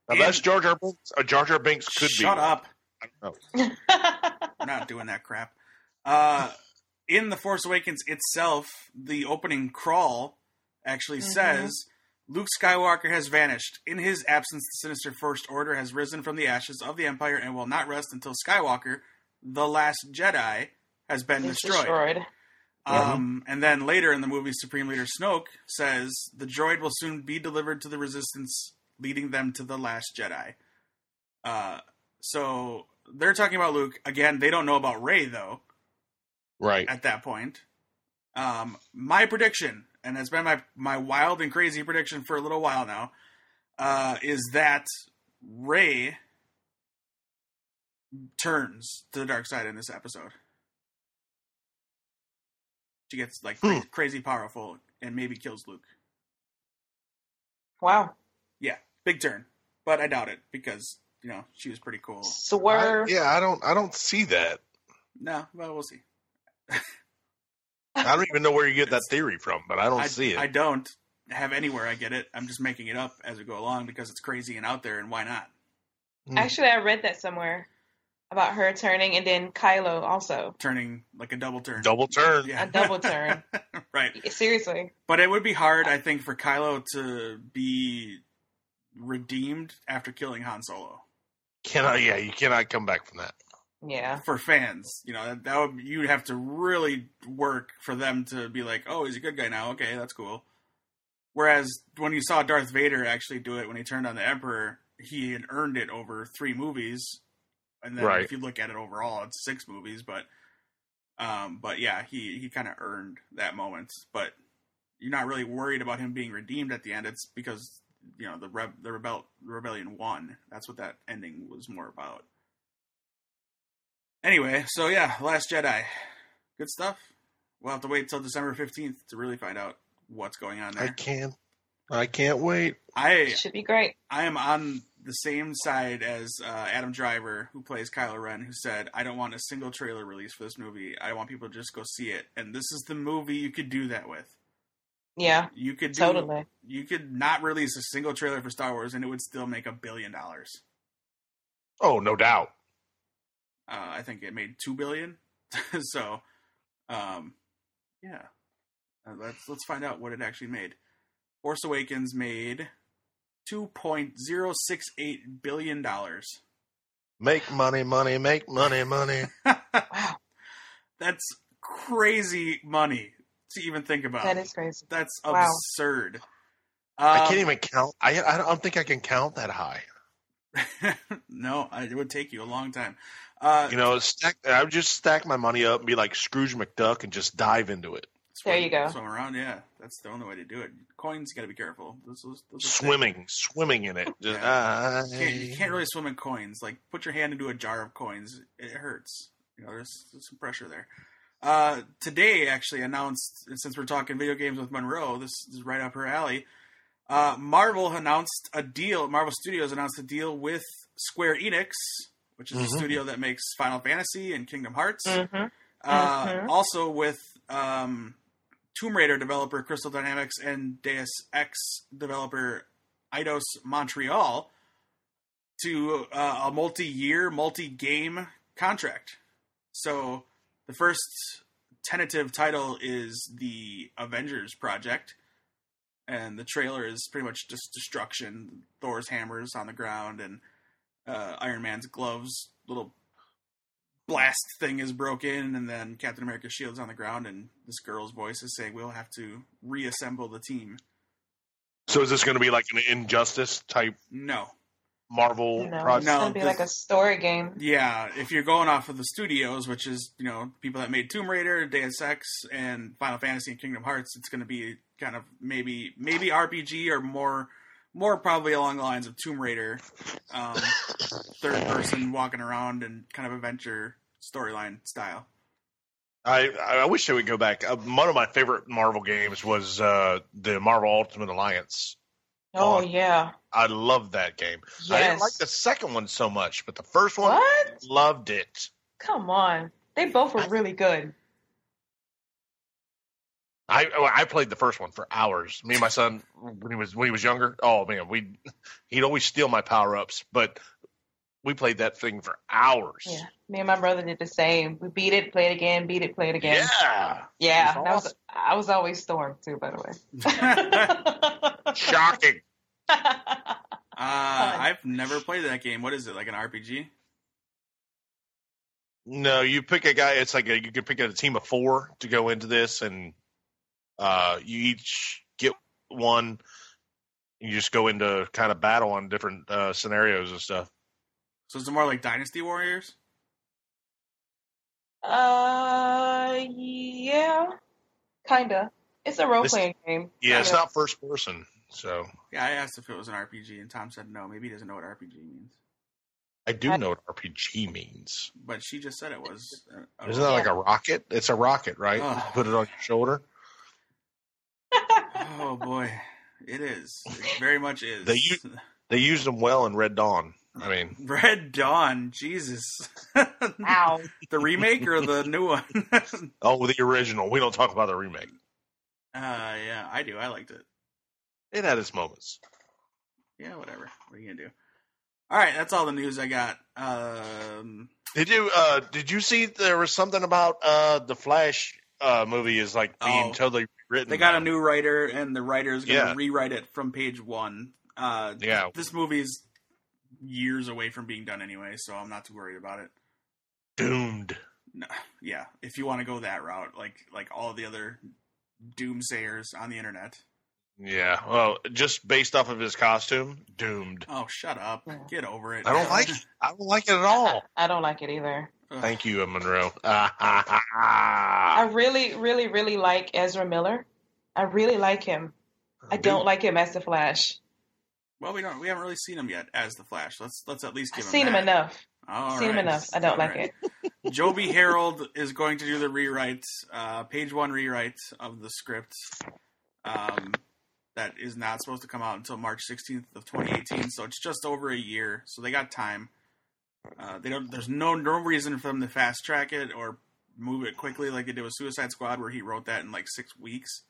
S2: Unless
S1: And-
S2: Jar Jar Binks, uh, Jar Jar Binks could
S1: Shut
S2: be.
S1: up.
S2: I don't know.
S1: We're not doing that crap. Uh, in The Force Awakens itself, the opening crawl actually
S3: Mhm.
S1: says Luke Skywalker has vanished. In his absence, the sinister First Order has risen from the ashes of the Empire and will not rest until Skywalker, the last Jedi, has been
S3: It's
S1: destroyed.
S3: destroyed.
S1: Um, And then later in the movie, Supreme Leader Snoke says the droid will soon be delivered to the Resistance, leading them to the Last Jedi. Uh, so they're talking about Luke again. They don't know about Rey though
S2: Right.
S1: at that point. Um, my prediction, and it's been my my wild and crazy prediction for a little while now, uh, is that Rey turns to the dark side in this episode. She gets like
S2: Hmm.
S1: cra- crazy powerful and maybe kills Luke.
S3: Wow.
S1: Big turn, but I doubt it because you know she was pretty cool.
S2: I,
S3: Swerve.
S2: yeah, Oh. I don't. I don't see that.
S1: No, well we'll see.
S2: I don't even know where you get that theory from, but I don't
S1: I,
S2: see it.
S1: I don't have anywhere I get it. I'm just making it up as we go along because it's crazy and out there, and why not?
S3: Actually, I read that somewhere about her turning and then Kylo also.
S1: Turning like a double turn.
S2: Double turn.
S1: Yeah.
S3: A double turn.
S1: right.
S3: Seriously.
S1: But it would be hard, I think, for Kylo to be redeemed after killing Han Solo.
S2: Cannot, yeah, you cannot come back from that.
S3: Yeah.
S1: For fans, you know, that, that would you'd have to really work for them to be like, "Oh, he's a good guy now. Okay, that's cool." Whereas when you saw Darth Vader actually do it when he turned on the Emperor, he had earned it over three movies, and then
S2: Right.
S1: if you look at it overall, it's six movies. But, um, but yeah, he he kind of earned that moment. But you're not really worried about him being redeemed at the end. It's because you know the reb the rebel the rebellion won. That's what that ending was more about. Anyway, so yeah, Last Jedi, good stuff. We'll have to wait till December fifteenth to really find out what's going on
S2: I
S1: there.
S2: can't. I can't wait.
S1: I
S3: Should be great.
S1: I am on the same side as uh, Adam Driver, who plays Kylo Ren, who said, "I don't want a single trailer release for this movie. I want people to just go see it." And this is the movie you could do that with.
S3: Yeah.
S1: You could do
S3: Totally.
S1: you could not release a single trailer for Star Wars and it would still make a billion dollars.
S2: Oh, no doubt.
S1: Uh, I think it made two billion. so, um, yeah, Uh, let's let's find out what it actually made. Force Awakens made two point zero six eight billion dollars.
S2: Make money, money, make money, money.
S3: Wow.
S1: That's crazy money to even think about.
S3: That is crazy.
S1: That's
S3: Wow.
S1: absurd.
S2: I
S1: Um,
S2: can't even count. I I don't think I can count that high.
S1: no, I- it would take you a long time. Uh,
S2: You know, stack. I would just stack my money up and be like Scrooge McDuck and just dive into it.
S1: swim-
S3: There you go.
S1: Swim around, yeah. That's the only way to do it. Coins, you got to be careful. Those, those, those are thick.
S2: Swimming, swimming in it. Just, I-
S1: You can't, you can't really swim in coins. Like put your hand into a jar of coins, it hurts. You know, there's, there's some pressure there. uh, today actually announced, since we're talking video games with Monroe, this is right up her alley. Uh, Marvel announced a deal. Marvel Studios announced a deal with Square Enix, which is the
S2: Mhm.
S1: studio that makes Final Fantasy and Kingdom Hearts.
S3: Mm-hmm.
S1: Uh,
S3: Mhm.
S1: Also with um, Tomb Raider developer Crystal Dynamics and Deus Ex developer Eidos Montreal to uh, a multi-year, multi-game contract. So the first tentative title is the Avengers project, and the trailer is pretty much just destruction. Thor's hammers on the ground, and uh, Iron Man's gloves little blast thing is broken, and then Captain America's shield's on the ground, and this girl's voice is saying, "We'll have to reassemble the team."
S2: So is this going to be like an injustice type
S1: No,
S2: Marvel
S3: No, it's
S2: project?
S1: No,
S3: gonna be
S1: this-
S3: like a story game.
S1: yeah, if you're going off of the studios, which is you know people that made Tomb Raider, Deus Ex, and Final Fantasy and Kingdom Hearts, it's going to be kind of maybe maybe RPG or more more probably along the lines of Tomb Raider, um, third person walking around and kind of adventure storyline style.
S2: I I wish they would go back. Uh, one of my favorite Marvel games was uh, the Marvel Ultimate Alliance.
S3: Oh,
S2: Oh.
S3: yeah.
S2: I loved that game.
S3: Yes.
S2: I didn't like the second one so much, but the first one
S3: What?
S2: loved it.
S3: Come on. They both were really good.
S2: I oh, I played the first one for hours. Me and my son when he was when he was younger. Oh man, we he'd always steal my power ups, but we played that thing for hours.
S3: Yeah. Me and my brother did the same. We beat it, played again, beat it, played again.
S2: Yeah.
S3: Yeah,
S2: It was
S3: that was-
S2: awesome.
S3: I was always Storm too, by the
S1: uh,
S3: way.
S2: Shocking.
S1: I've never played that game. What is it like an RPG?
S2: No, you pick a guy. It's like a, you could pick a team of four to go into this, and uh, you each get one. You just go into kind of battle on different uh, scenarios and stuff.
S1: So it's more like Dynasty Warriors.
S3: uh, yeah, kinda. It's a role playing game.
S2: Yeah, it's
S3: Kinda.
S2: not first person, so
S1: Yeah, I asked if it was an RPG, and Tom said no. Maybe he doesn't know what RPG means.
S2: I
S3: Uh,
S2: do know what RPG means.
S1: But she just said it was. Uh,
S2: Isn't that like a rocket? It's a rocket, right?
S1: Ugh.
S2: You put it on your shoulder.
S1: oh boy, it is. It very much is.
S2: They use- They used them well in Red Dawn. I mean,
S1: Red Dawn, Jesus, the
S3: Ow.
S1: remake or the new one? uh,
S2: oh, the original. We don't talk about the remake.
S1: yeah, I do. I liked it.
S2: It had its moments.
S1: Yeah, whatever. What are you gonna do? All right, that's all the news I got. Um,
S2: Did you uh did you see there was something about uh the Flash uh movie is like being
S1: Oh.
S2: totally written?
S1: They got a new writer, and the writer is going to
S2: Yeah.
S1: rewrite it from page one. Uh,
S2: Yeah.
S1: this movie is years away from being done anyway, so I'm not too worried about it.
S2: doomed.
S1: No, yeah, if you want to go that route, like like all the other doomsayers on the internet.
S2: Yeah. Well, just based off of his costume, doomed.
S1: Oh, shut up!
S3: Yeah.
S1: Get over it.
S2: I don't like it. I don't like it at all.
S3: I don't like it either.
S1: Ugh.
S2: Thank you, Monroe. Ah, ah, ah,
S3: I
S2: ah.
S3: really, really, really like Ezra Miller. I really like him. I don't like him as the Flash.
S1: Well, we don't. We haven't really seen him yet as the Flash. Let's let's at least
S3: I've
S1: give him.
S3: seen him
S1: that.
S3: enough.
S1: All
S3: seen him
S1: right.
S3: enough. I don't
S1: All
S3: like
S1: right.
S3: it.
S1: Joby Harold is going to do the rewrite, uh, page one rewrite of the script. Um, that is not supposed to come out until March 16th of 2018, so it's just over a year. So they got time. Uh, they don't. There's no no reason for them to fast track it or move it quickly like they did with Suicide Squad, where he wrote that in like six weeks.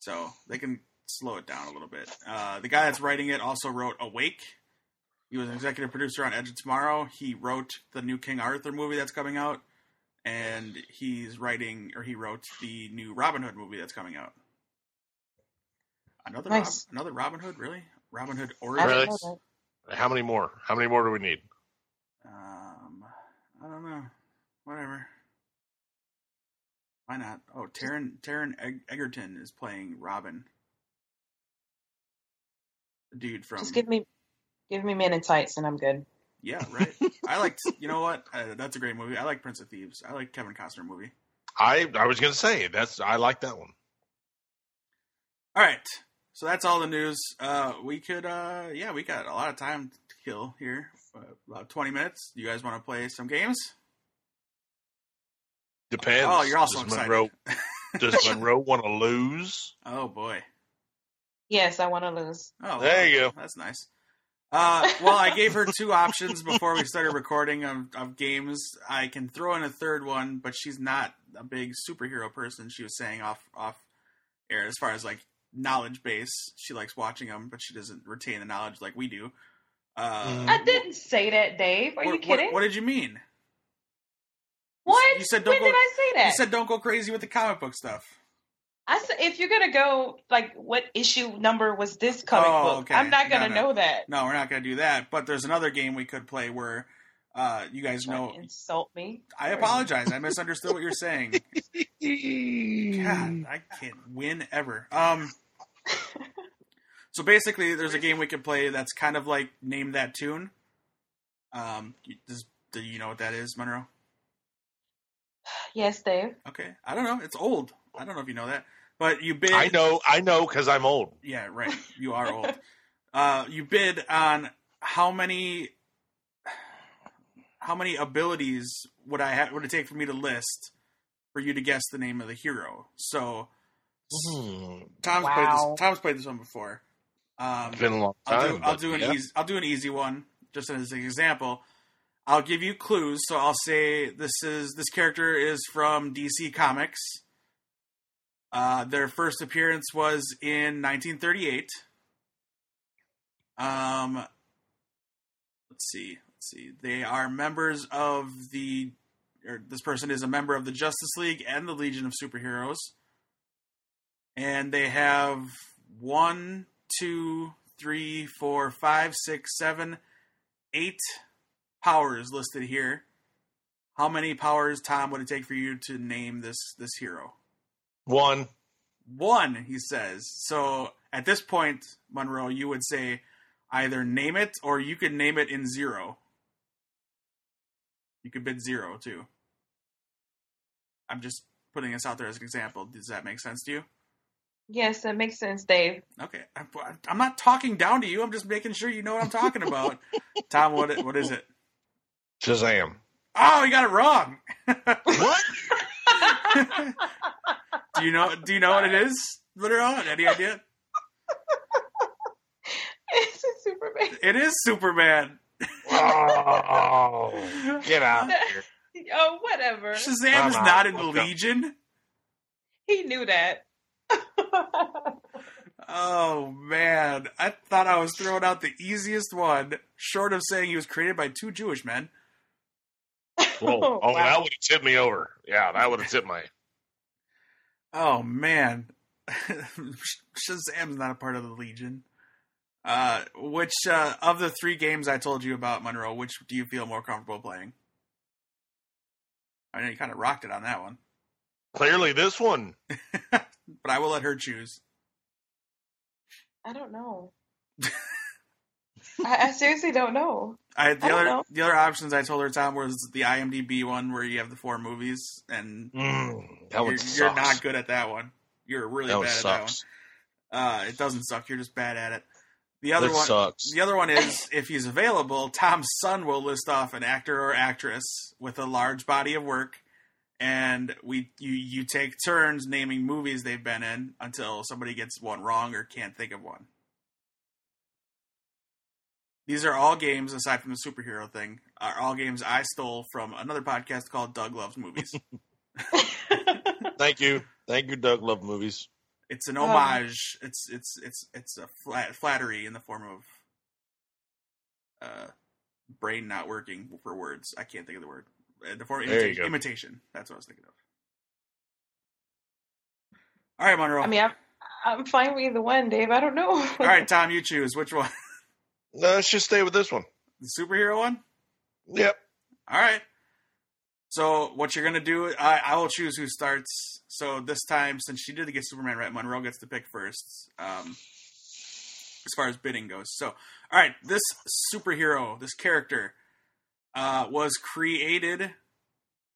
S1: So they can slow it down a little bit. Uh, the guy that's writing it also wrote Awake. He was an executive producer on Edge of Tomorrow. He wrote the new King Arthur movie that's coming out, and he's writing or he wrote the new Robin Hood movie that's coming out. Another
S3: Nice.
S1: Rob, another Robin Hood, really? Robin Hood
S3: I
S1: Origins?
S3: don't
S2: Really?
S3: know that.
S2: How many more? How many more do we need?
S1: Um, I don't know. Whatever. Why not? Oh, Taron Taron Eg- Egerton is playing Robin. The dude from
S3: Just give me, give me men in tights and I'm good.
S1: yeah, right. I liked. You know what? Uh, that's a great movie. I like Prince of Thieves. I like Kevin Costner movie.
S2: I I was gonna say that's I like that one.
S1: All right. So that's all the news. Uh, we could, uh, yeah, we got a lot of time to kill here. Uh, about 20 minutes. You guys want to play some games?
S2: Depends.
S1: Oh, you're also
S2: does
S1: excited.
S2: Monroe, does Monroe want to lose?
S1: Oh boy.
S3: Yes, I want to lose.
S1: Oh,
S2: There you go.
S1: That's nice. Uh, well, I gave her two options before we started recording of, of games. I can throw in a third one, but she's not a big superhero person. She was saying off off air as far as like knowledge base. She likes watching them, but she doesn't retain the knowledge like we do. Uh,
S2: Mhm.
S3: I didn't say that, Dave.
S1: what,
S3: Are you
S1: what-
S3: kidding?
S1: What,
S3: What?
S1: did you mean? you said don't
S3: when
S1: go-
S3: did I say that?
S1: You said don't go crazy with the comic book stuff.
S3: I said if you're gonna go like what issue number was this comic
S1: Oh,
S3: book?
S1: okay.
S3: I'm not
S1: No,
S3: gonna
S1: no.
S3: know that.
S1: No, we're not going to do that. But there's another game we could play where uh, you guys
S3: Don't
S1: know.
S3: insult me.
S1: I apologize. I misunderstood what you're saying. God, I can't win ever. Um, so basically, there's a game we can play that's kind of like name that tune. Um, you- does, do you know what that is, Monroe?
S3: Yes, Dave.
S1: Okay, I don't know. It's old. I don't know if you know that, but you bid.
S2: I know, I know, because I'm old.
S1: Yeah, right. You are old. uh, you bid on how many how many abilities would I have? Would it take for me to list for you to guess the name of the hero? So
S2: Mm-hmm.
S1: Tom's played
S3: Wow.
S1: this. Tom's played this one before. Um,
S2: It's been a long time.
S1: I'll do, I'll
S2: but
S1: do an
S2: yeah.
S1: easy. I'll do an easy one, just as an example. I'll give you clues. So I'll say this is this character is from DC Comics. Uh, their first appearance was in 1938. Um, let's see, let's see. They are members of the, or this person is a member of the Justice League and the Legion of Superheroes, and they have one, two, three, four, five, six, seven, eight powers listed here. How many powers, Tom, would it take for you to name this this hero?
S2: One.
S1: One, he says. So at this point, Monroe, you would say either name it or you could name it in zero. You could bid zero too. I'm just putting this out there as an example. Does that make sense to you?
S3: Yes, that makes sense, Dave.
S1: Okay, I'm, I'm not talking down to you. I'm just making sure you know what I'm talking about. Tom, what what is it?
S2: Shazam.
S1: Oh, you got it wrong.
S2: What?
S1: do you know? Do you know what it is? Monroe, any idea?
S3: it's a Superman.
S1: It is Superman.
S2: oh, get out of here.
S3: Oh, whatever.
S1: Shazam is
S2: I'm
S1: not
S2: out.
S1: in the
S2: Let's go.
S1: Legion.
S3: He knew that.
S1: Oh man, I thought I was throwing out the easiest one, short of saying he was created by two Jewish men.
S2: Whoa. Oh,
S3: Wow.
S2: that would have tipped me over. Yeah, that would have tipped my.
S1: Oh man, Shazam's not a part of the Legion. Uh, which uh, of the three games I told you about, Monroe? Which do you feel more comfortable playing? I know you kind of rocked it on that one,
S2: Clearly, this one.
S1: but I will let her choose.
S3: I don't know. I, I seriously don't know.
S1: I the
S3: I don't
S1: other
S3: know.
S1: the other options I told her Tom was the IMDb one where you have the four movies, and
S2: Mm, that
S1: you're,
S2: one
S1: you're
S2: sucks.
S1: not good at that one. You're really
S2: that
S1: bad
S2: one
S1: at that one.
S2: sucks.
S1: Uh, it doesn't suck. You're just bad at it. The other
S2: That
S1: one,
S2: sucks.
S1: the other one is if he's available, Tom's son will list off an actor or actress with a large body of work, and we you you take turns naming movies they've been in until somebody gets one wrong or can't think of one. These are all games aside from the superhero thing. Are all games I stole from another podcast called Doug Loves Movies.
S2: Thank you. Thank you, Doug Love Movies.
S1: It's an
S3: Um,
S1: homage. it's it's it's it's a flat, flattery in the form of uh, brain not working for words. I can't think of the word. Uh, The form of
S2: There you
S1: imita-
S2: go.
S1: imitation. That's what I was thinking of. All right, Monroe.
S3: I mean, I'm, I'm fine with either one, Dave. I don't know.
S1: All right, Tom, you choose which one.
S2: Let's just stay with this one.
S1: The superhero one.
S2: Yep.
S1: All right. So what you're gonna do? I, I will choose who starts. So this time, since she did get Superman right, Monroe gets to pick first, um, as far as bidding goes. So, all right, this superhero, this character, uh, was created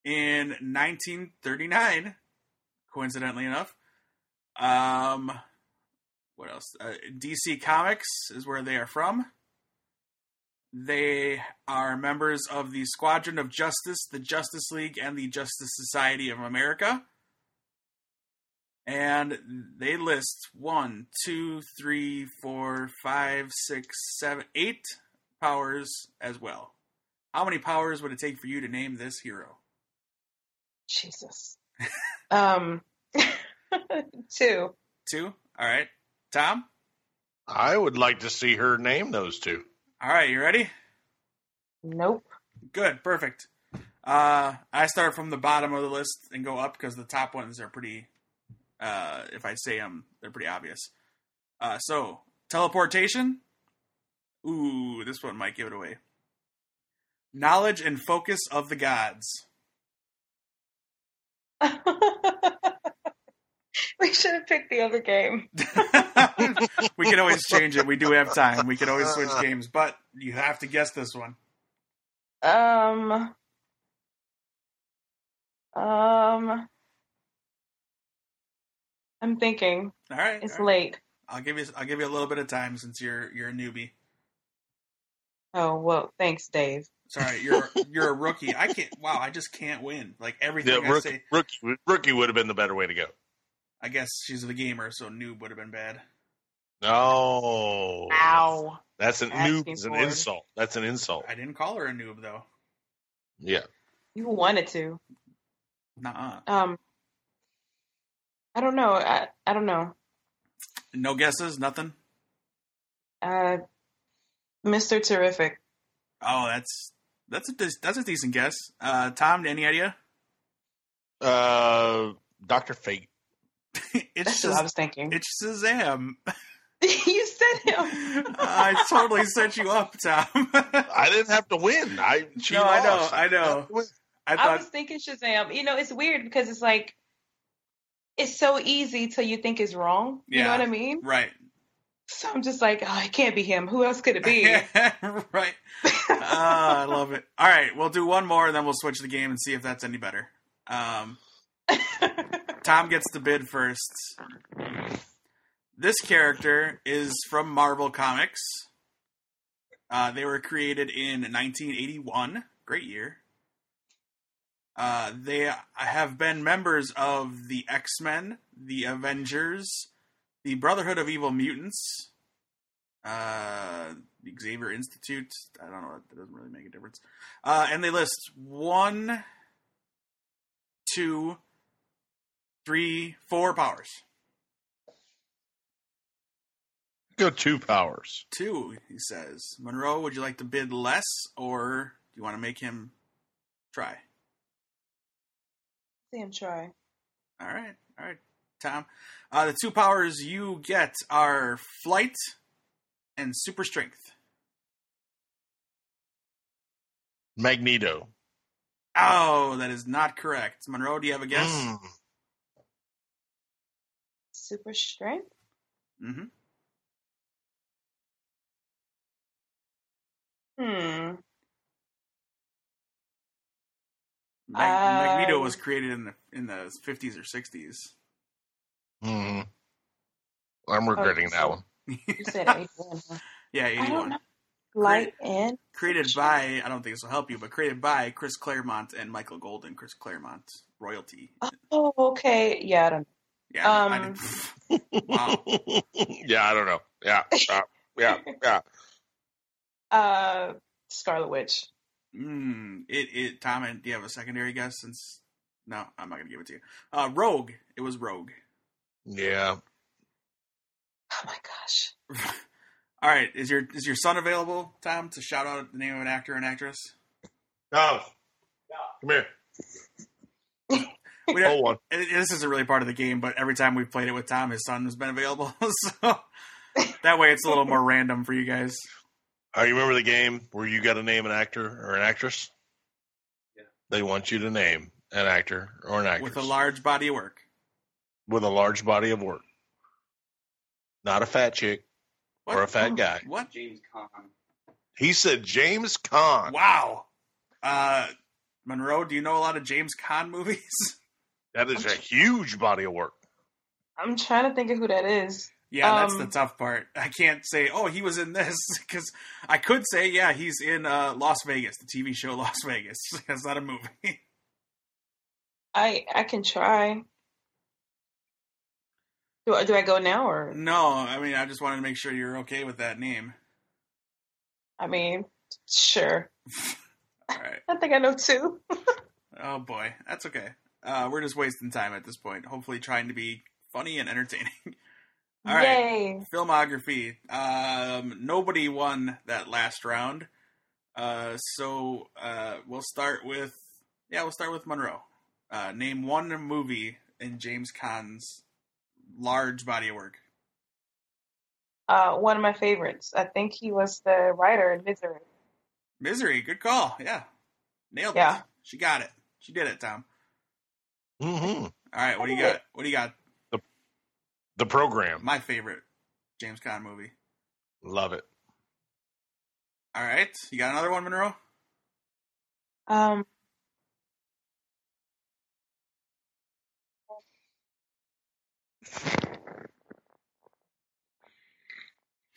S1: in 1939. Coincidentally enough, um, what else? Uh, DC Comics is where they are from. They are members of the Squadron of Justice, the Justice League, and the Justice Society of America. And they list one, two, three, four, five, six, seven, eight powers as well. How many powers would it take for you to name this hero?
S3: Jesus. um, two.
S1: Two? All right. Tom?
S2: I would like to see her name those two.
S1: All right. You ready?
S3: Nope.
S1: Good. Perfect. Uh, I start from the bottom of the list and go up because the top ones are pretty, uh, if I say them, they're pretty obvious. Uh, so, teleportation. Ooh, this one might give it away. Knowledge and focus of the gods.
S3: we should have picked the other game.
S1: we can always change it. We do have time. We can always switch games, but you have to guess this one.
S3: Um. Um. I'm thinking.
S1: All right.
S3: It's
S1: all right.
S3: late.
S1: I'll give you I'll give you a little bit of time since you're you're a newbie.
S3: Oh well, thanks, Dave.
S1: Sorry, you're you're a rookie. I can't wow, I just can't win. Like
S2: Yeah,
S1: everything I
S2: rookie,
S1: say
S2: rookie, rookie would have been the better way to go.
S1: I guess she's the gamer, so noob would have been bad.
S2: No.
S3: Ow.
S2: Oh. That's an
S3: Asking
S2: noob is an
S3: for it.
S2: insult. That's an insult.
S1: I didn't call her a noob though.
S2: Yeah.
S3: You wanted to.
S1: Nuh-uh.
S3: Um. I don't know. I I don't know.
S1: No guesses, nothing.
S3: Uh, Mr. Terrific.
S1: Oh, that's that's a dec- that's a decent guess. Uh, Tom, any idea?
S2: Uh, Doctor Fate.
S1: it's
S3: That's what I
S1: just,
S3: was thinking.
S1: it's Shazam.
S3: you said him.
S1: I totally set you up, Tom. I
S2: I didn't have to win. I she
S1: No, I know,
S2: lost.
S1: I know.
S2: didn't win.
S3: I
S1: thought
S3: was thinking Shazam. You know, it's weird because it's like it's so easy till you think it's wrong. You know
S1: Yeah.
S3: what I mean?
S1: right,
S3: So I'm just like, oh, it can't be him. Who else could it be?
S1: right. Uh, I love it. All right, we'll do one more, and then we'll switch the game and see if that's any better. Um, Tom gets the bid first. This character is from Marvel Comics. Uh, they were created in 1981. Great year. Uh, they have been members of the X Men, the Avengers, the Brotherhood of Evil Mutants, uh, the Xavier Institute. I don't know. That doesn't really make a difference. Uh, and they list one, two, three, four powers.
S2: Go two powers.
S1: Two, he says. Monroe, would you like to bid less, or do you want to make him try?
S3: See him try.
S1: All right, all right, Tom. Uh, the two powers you get are flight and super strength.
S2: Magneto.
S1: Oh, that is not correct. Monroe, do you have a guess?
S2: Mm.
S3: Super strength?
S1: Mm-hmm.
S3: Hmm.
S1: Mag- Magneto
S3: Um,
S1: was created in the in the fifties or sixties.
S2: Mm. Mm-hmm.
S1: Oh,
S2: I'm regretting that one.
S3: You said 81. huh?
S1: Yeah,
S3: I don't
S1: eighty-one.
S3: know. Light and
S1: Created by I don't think this will help you, but created by Chris Claremont and Michael Golden. Chris Claremont royalty.
S3: oh, okay. Yeah, I don't.
S1: Yeah, I
S3: Um,
S1: didn't- wow.
S2: yeah, I don't know. Yeah, uh, yeah, yeah.
S3: Know. Uh, Scarlet Witch.
S1: Mm, it it Tom, and do you have a secondary guess? Since no, I'm not gonna give it to you. Uh, Rogue. It was Rogue.
S2: Yeah.
S3: Oh my gosh.
S1: All right, is your is your son available, Tom, to shout out the name of an actor and actress?
S2: Tom, Oh. come here.
S1: We don't,
S2: Hold on.
S1: and this isn't really part of the game, but every time we've played it with Tom, his son has been available, so that way it's a little more random for you guys.
S2: Oh, you remember the game where you got to name an actor or an actress?
S1: Yeah.
S2: They want you to name an actor or an actress
S1: With a large body of work,
S2: with a large body of work. Not a fat chick
S1: what?
S2: or a fat guy.
S1: What?
S4: James Conn.
S2: He said James Caan.
S1: Wow. Uh, Monroe, do you know a lot of James Caan movies?
S2: That is a huge body of work.
S3: I'm trying to think of who that is.
S1: Yeah, that's
S3: Um,
S1: the tough part. I can't say, oh, he was in this because I could say, yeah, he's in uh, Las Vegas, the TV show Las Vegas. that's not a movie.
S3: I I can try. Do I, do I go now or
S1: no, I mean, I just wanted to make sure you're okay with that name.
S3: I mean, sure.
S1: All right.
S3: I think I know two.
S1: Oh boy, that's okay. Uh, we're just wasting time at this point. Hopefully, trying to be funny and entertaining. All right.
S3: Yay.
S1: filmography. Um, nobody won that last round. Uh, so uh, we'll start with yeah, we'll start with Monroe. Uh, name one movie in James Caan's large body of work.
S3: Uh, one of my favorites. I think he was the writer in Misery.
S1: Misery, good call. Yeah, nailed it.
S3: Yeah.
S1: She got it. She did it, Tom.
S2: hmm
S1: All right, what do you got? What do you got?
S2: The program.
S1: My favorite James Caan movie.
S2: Love it.
S1: All right, you got another one, Monroe.
S3: Um,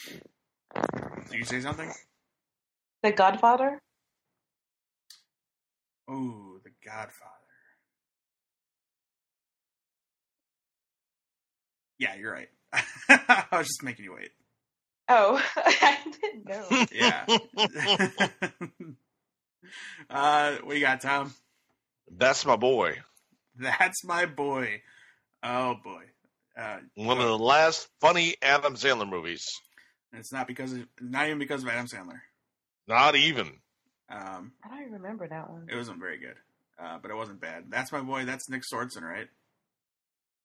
S1: Did you say something?
S3: The Godfather.
S1: Ooh, The Godfather. Yeah, you're right. I was just making you wait.
S3: Oh, I didn't know.
S1: Yeah. uh, what you got, Tom?
S2: That's my boy.
S1: That's my boy. Oh boy. Uh,
S2: One of the last funny Adam Sandler movies.
S1: it's not because of, not even because of Adam Sandler.
S2: Not even.
S1: Um,
S3: I don't even remember that one.
S1: it wasn't very good, uh, but it wasn't bad. That's my boy. That's Nick Swardson, right?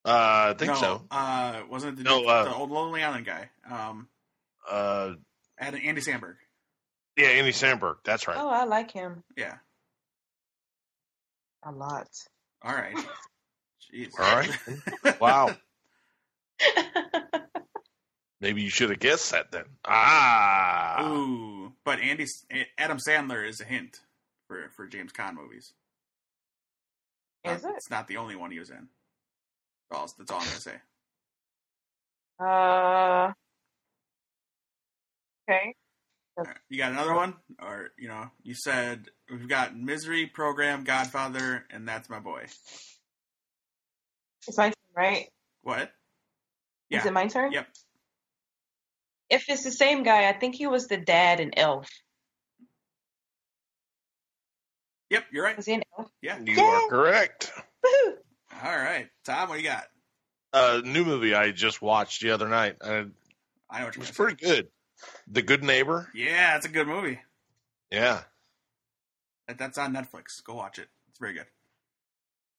S2: Uh, I think
S1: no,
S2: so.
S1: Uh, wasn't it the,
S2: No, uh,
S1: the old Lonely Island guy? Um,
S2: Uh,
S1: and Andy Samberg.
S2: yeah, Andy Sandberg. That's right.
S3: Oh, I like him
S1: Yeah.
S3: a lot.
S1: All right. Jeez.
S2: All right. Wow. Maybe you should have guessed that then. Ah.
S1: Ooh, but Andy Adam Sandler is a hint for for James Caan movies.
S3: Is
S1: Not-
S3: it?
S1: It's not the only one he was in. That's all, that's all I'm gonna say.
S3: Uh, okay.
S1: All right. You got another one, or you know, you said we've got Misery, Program, Godfather, and that's my boy.
S3: It's my turn, right?
S1: What?
S3: Is
S1: Yeah.
S3: it my turn?
S1: Yep.
S3: If it's the same guy, I think he was the dad in Elf.
S1: Yep, you're right.
S3: Was he in Elf?
S1: Yeah.
S2: You
S3: Yay.
S2: are correct.
S3: Woohoo!
S1: All right, Tom, what do you got?
S2: A new movie I just watched the other night. Uh,
S1: I know what
S2: it
S1: you're
S2: was
S1: gonna
S2: pretty good. The Good Neighbor.
S1: say. Yeah, it's a good movie.
S2: Yeah.
S1: That, that's on Netflix. Go watch it. It's very good.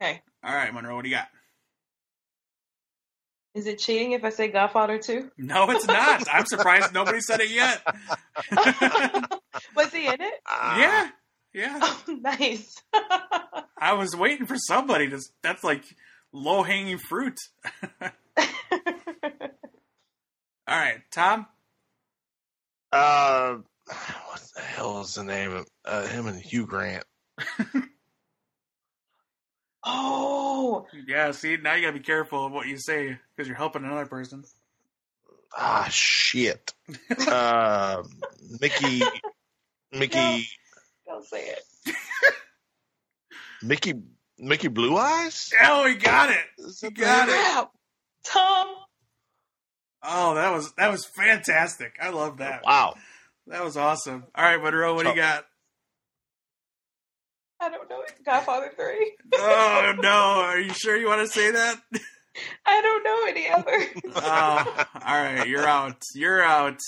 S3: Okay.
S1: All right, Monroe, what do you got?
S3: Is it cheating if I say Godfather too?
S1: No, it's not. I'm surprised nobody said it yet.
S3: was he in it?
S2: Ah.
S1: yeah, yeah.
S3: Oh, nice.
S1: I was waiting for somebody to. That's like low hanging fruit. All right, Tom.
S2: Uh, what the hell is the name of uh, him and Hugh Grant?
S3: oh,
S1: Yeah, see, now you gotta be careful of what you say because you're helping another person.
S2: Ah, shit. uh, Mickey, Mickey,
S3: No. don't say it.
S2: Mickey, Mickey Blue Eyes.
S1: Oh, he got it.
S2: Is
S1: He
S2: that the
S1: got
S2: name?
S1: it.
S3: Crap. Tom.
S1: Oh, that was that was fantastic. I love that.
S2: Wow.
S1: That was awesome. All right, Monroe, what do you got?
S3: I don't know. It's Godfather 3.
S1: Oh no, are you sure you want to say that?
S3: I don't know any other.
S1: Oh, all right, you're out. You're out.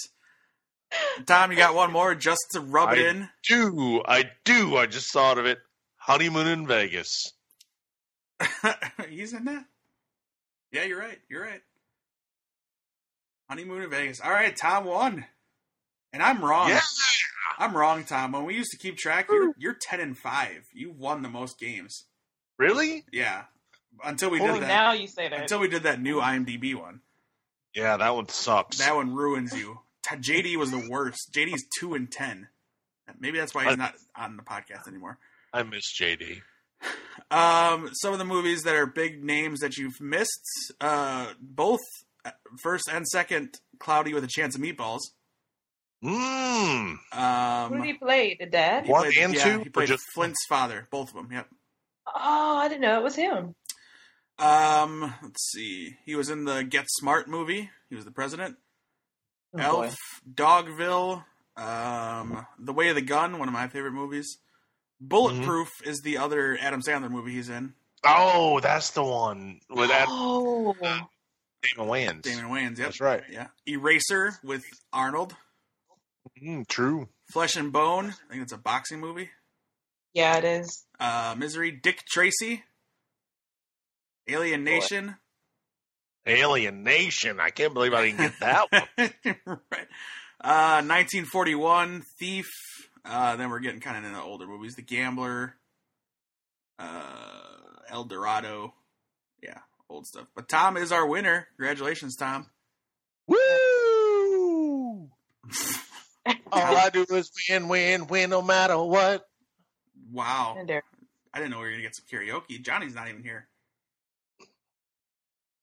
S1: Tom, you got one more just to rub it
S2: I-
S1: in.
S2: Do I do? I just thought of it. Honeymoon in Vegas.
S1: He's in that. Yeah, you're right. You're right. Honeymoon in Vegas. All right, Tom won, and I'm wrong.
S2: Yeah.
S1: I'm wrong, Tom. When we used to keep track, you're, you're ten and five. You've won the most games.
S2: Really?
S1: Yeah, until we
S3: Oh,
S1: did that.
S3: now you say that.
S1: Until we did that new IMDb one.
S2: Yeah, that one sucks.
S1: That one ruins you. T- JD was the worst. JD's two and ten. Maybe that's why he's not on the podcast anymore.
S2: I miss JD.
S1: Um, some of the movies that are big names that you've missed. Uh, both first and second Cloudy with a Chance of Meatballs.
S2: Mmm.
S3: Who did he
S1: Um,
S3: play? The dad?
S1: he
S2: One
S1: played-
S2: and
S1: yeah,
S2: two,
S1: He
S2: or
S1: played
S2: just-
S1: Flint's father. Both of them. Yep.
S3: Oh, I didn't know it was him.
S1: Um, let's see. He was in the Get Smart movie. He was the president.
S3: Oh, boy.
S1: Elf, Dogville, um, The Way of the Gun, one of my favorite movies. Bulletproof
S2: Mm-hmm.
S1: is the other Adam Sandler movie he's in.
S2: Oh, that's the one with Adam
S3: Oh,
S2: Damon Wayans.
S1: Damon Wayans. Yep.
S2: That's right.
S1: Yeah. Eraser with Arnold.
S2: Mm, true.
S1: Flesh and Bone. I think it's a boxing movie.
S3: yeah, it is.
S1: Uh, Misery. Dick Tracy. Alien Nation.
S2: Alien Nation. I can't believe I didn't get that one.
S1: right. Uh, 1941. Thief. Uh, then we're getting kind of into the older movies. The Gambler. Uh, El Dorado. Yeah, old stuff. But Tom is our winner. Congratulations, Tom.
S2: Woo! All I do is win, win, win, no matter what.
S1: Wow.
S3: And there.
S1: I didn't know we were gonna get some karaoke. Johnny's not even here.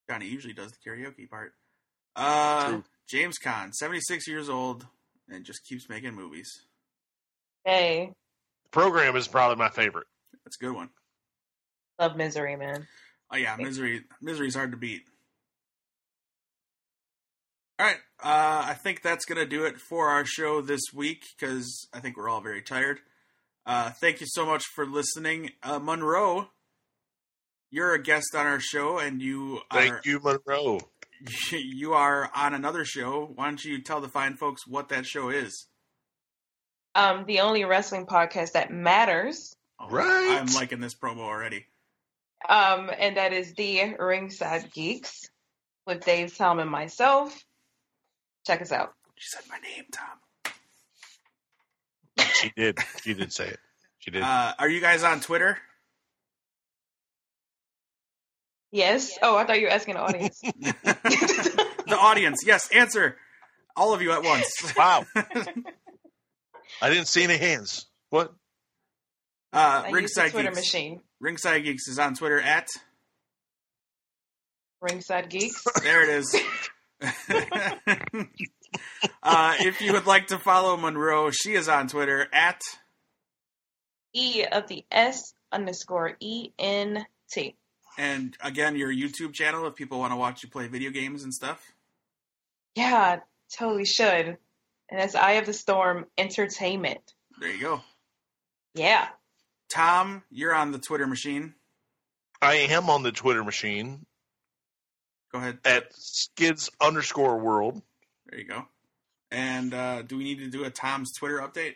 S1: Johnny usually does the karaoke part. Uh,
S2: True.
S1: James Caan, seventy six years old, and just keeps making movies.
S3: Hey,
S2: Program is probably my favorite.
S1: That's a good one.
S3: love misery, man.
S1: Oh yeah, misery misery's hard to beat. All right, uh, I think that's gonna do it for our show this week because I think we're all very tired. Uh, thank you so much for listening, uh, Monroe. You're a guest on our show, and you
S2: Thank
S1: are
S2: you, Monroe.
S1: you are on another show. Why don't you tell the fine folks what that show is?
S3: Um, the only wrestling podcast that matters,
S1: Oh,
S2: Right.
S1: I'm liking this promo already.
S3: um, and that is the Ringside Geeks with Dave Tom and myself. Check us out.
S1: She said my name, Tom.
S2: She did. She did say it. She did.
S1: Uh, are you guys on Twitter?
S3: Yes. Oh, I thought you were asking the audience.
S1: the audience, yes, answer. All of you at once.
S2: wow. I didn't see any hands. What?
S1: Uh,
S3: I use the
S1: Ringside
S3: Twitter
S1: Geeks.
S3: machine.
S1: Ringside Geeks is on Twitter at.
S3: Ringside Geeks.
S1: There it is. uh, if you would like to follow Monroe, she is on Twitter at.
S3: E of the S underscore E N T.
S1: And again, your YouTube channel if people want to watch you play video games and stuff.
S3: Yeah, totally should. And that's Eye of the Storm Entertainment.
S1: There you go.
S3: Yeah.
S1: Tom, you're on the Twitter machine.
S2: I am on the Twitter machine
S1: Go ahead.
S2: at skids underscore world.
S1: There you go. And uh, do we need to do a Tom's Twitter update?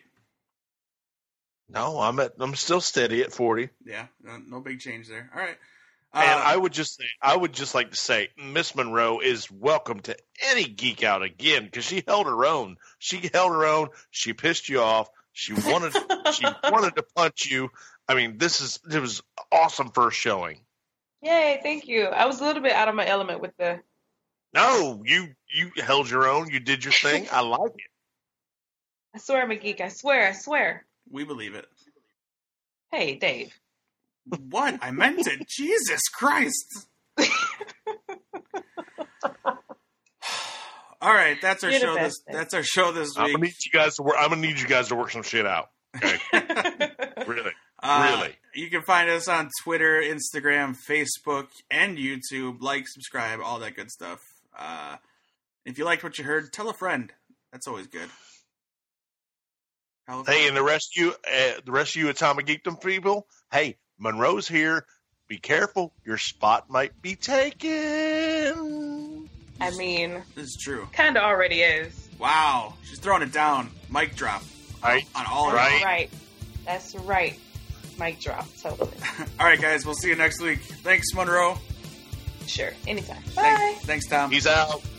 S2: No, I'm at. I'm still steady at forty.
S1: Yeah, no, no big change there. All right.
S2: and
S1: Uh,
S2: I would just say, I would just like to say, Miss Monroe is welcome to any geek out again because she held her own. She held her own. She pissed you off. She wanted. she wanted to punch you. I mean, this is it was awesome first showing.
S3: Yay, thank you. I was a little bit out of my element with the
S2: No, you you held your own. You did your thing. I like it.
S3: I swear I'm a geek. I swear, I swear.
S1: we believe it.
S3: Hey, Dave.
S1: What? I meant it. Jesus Christ. All right, that's our
S3: You're the
S1: show. This,
S3: best, man.
S1: that's our show this
S2: I'm gonna
S1: week.
S2: need you guys to work. I'm gonna need you guys to work some shit out. Okay, really.
S1: Uh,
S2: Really?
S1: You can find us on Twitter, Instagram, Facebook, and YouTube. Like, subscribe, all that good stuff. Uh, if you liked what you heard, tell a friend. That's always good. Tell a
S2: Hey, and
S1: friend.
S2: the rest of you, uh, the rest of you Atomic Geekdom people, hey, Monroe's here. Be careful, your spot might be taken.
S3: I mean,
S1: this is true.
S3: kind of already is.
S1: Wow, she's throwing it down. Mic drop
S2: Right.
S1: on all of
S3: That's
S2: Right.
S1: right.
S3: right. That's right. Mic drop. Totally.
S1: All right, guys, we'll see you next week. Thanks, Monroe.
S3: Sure. Anytime. Bye.
S1: Thanks, thanks Tom.
S2: He's out.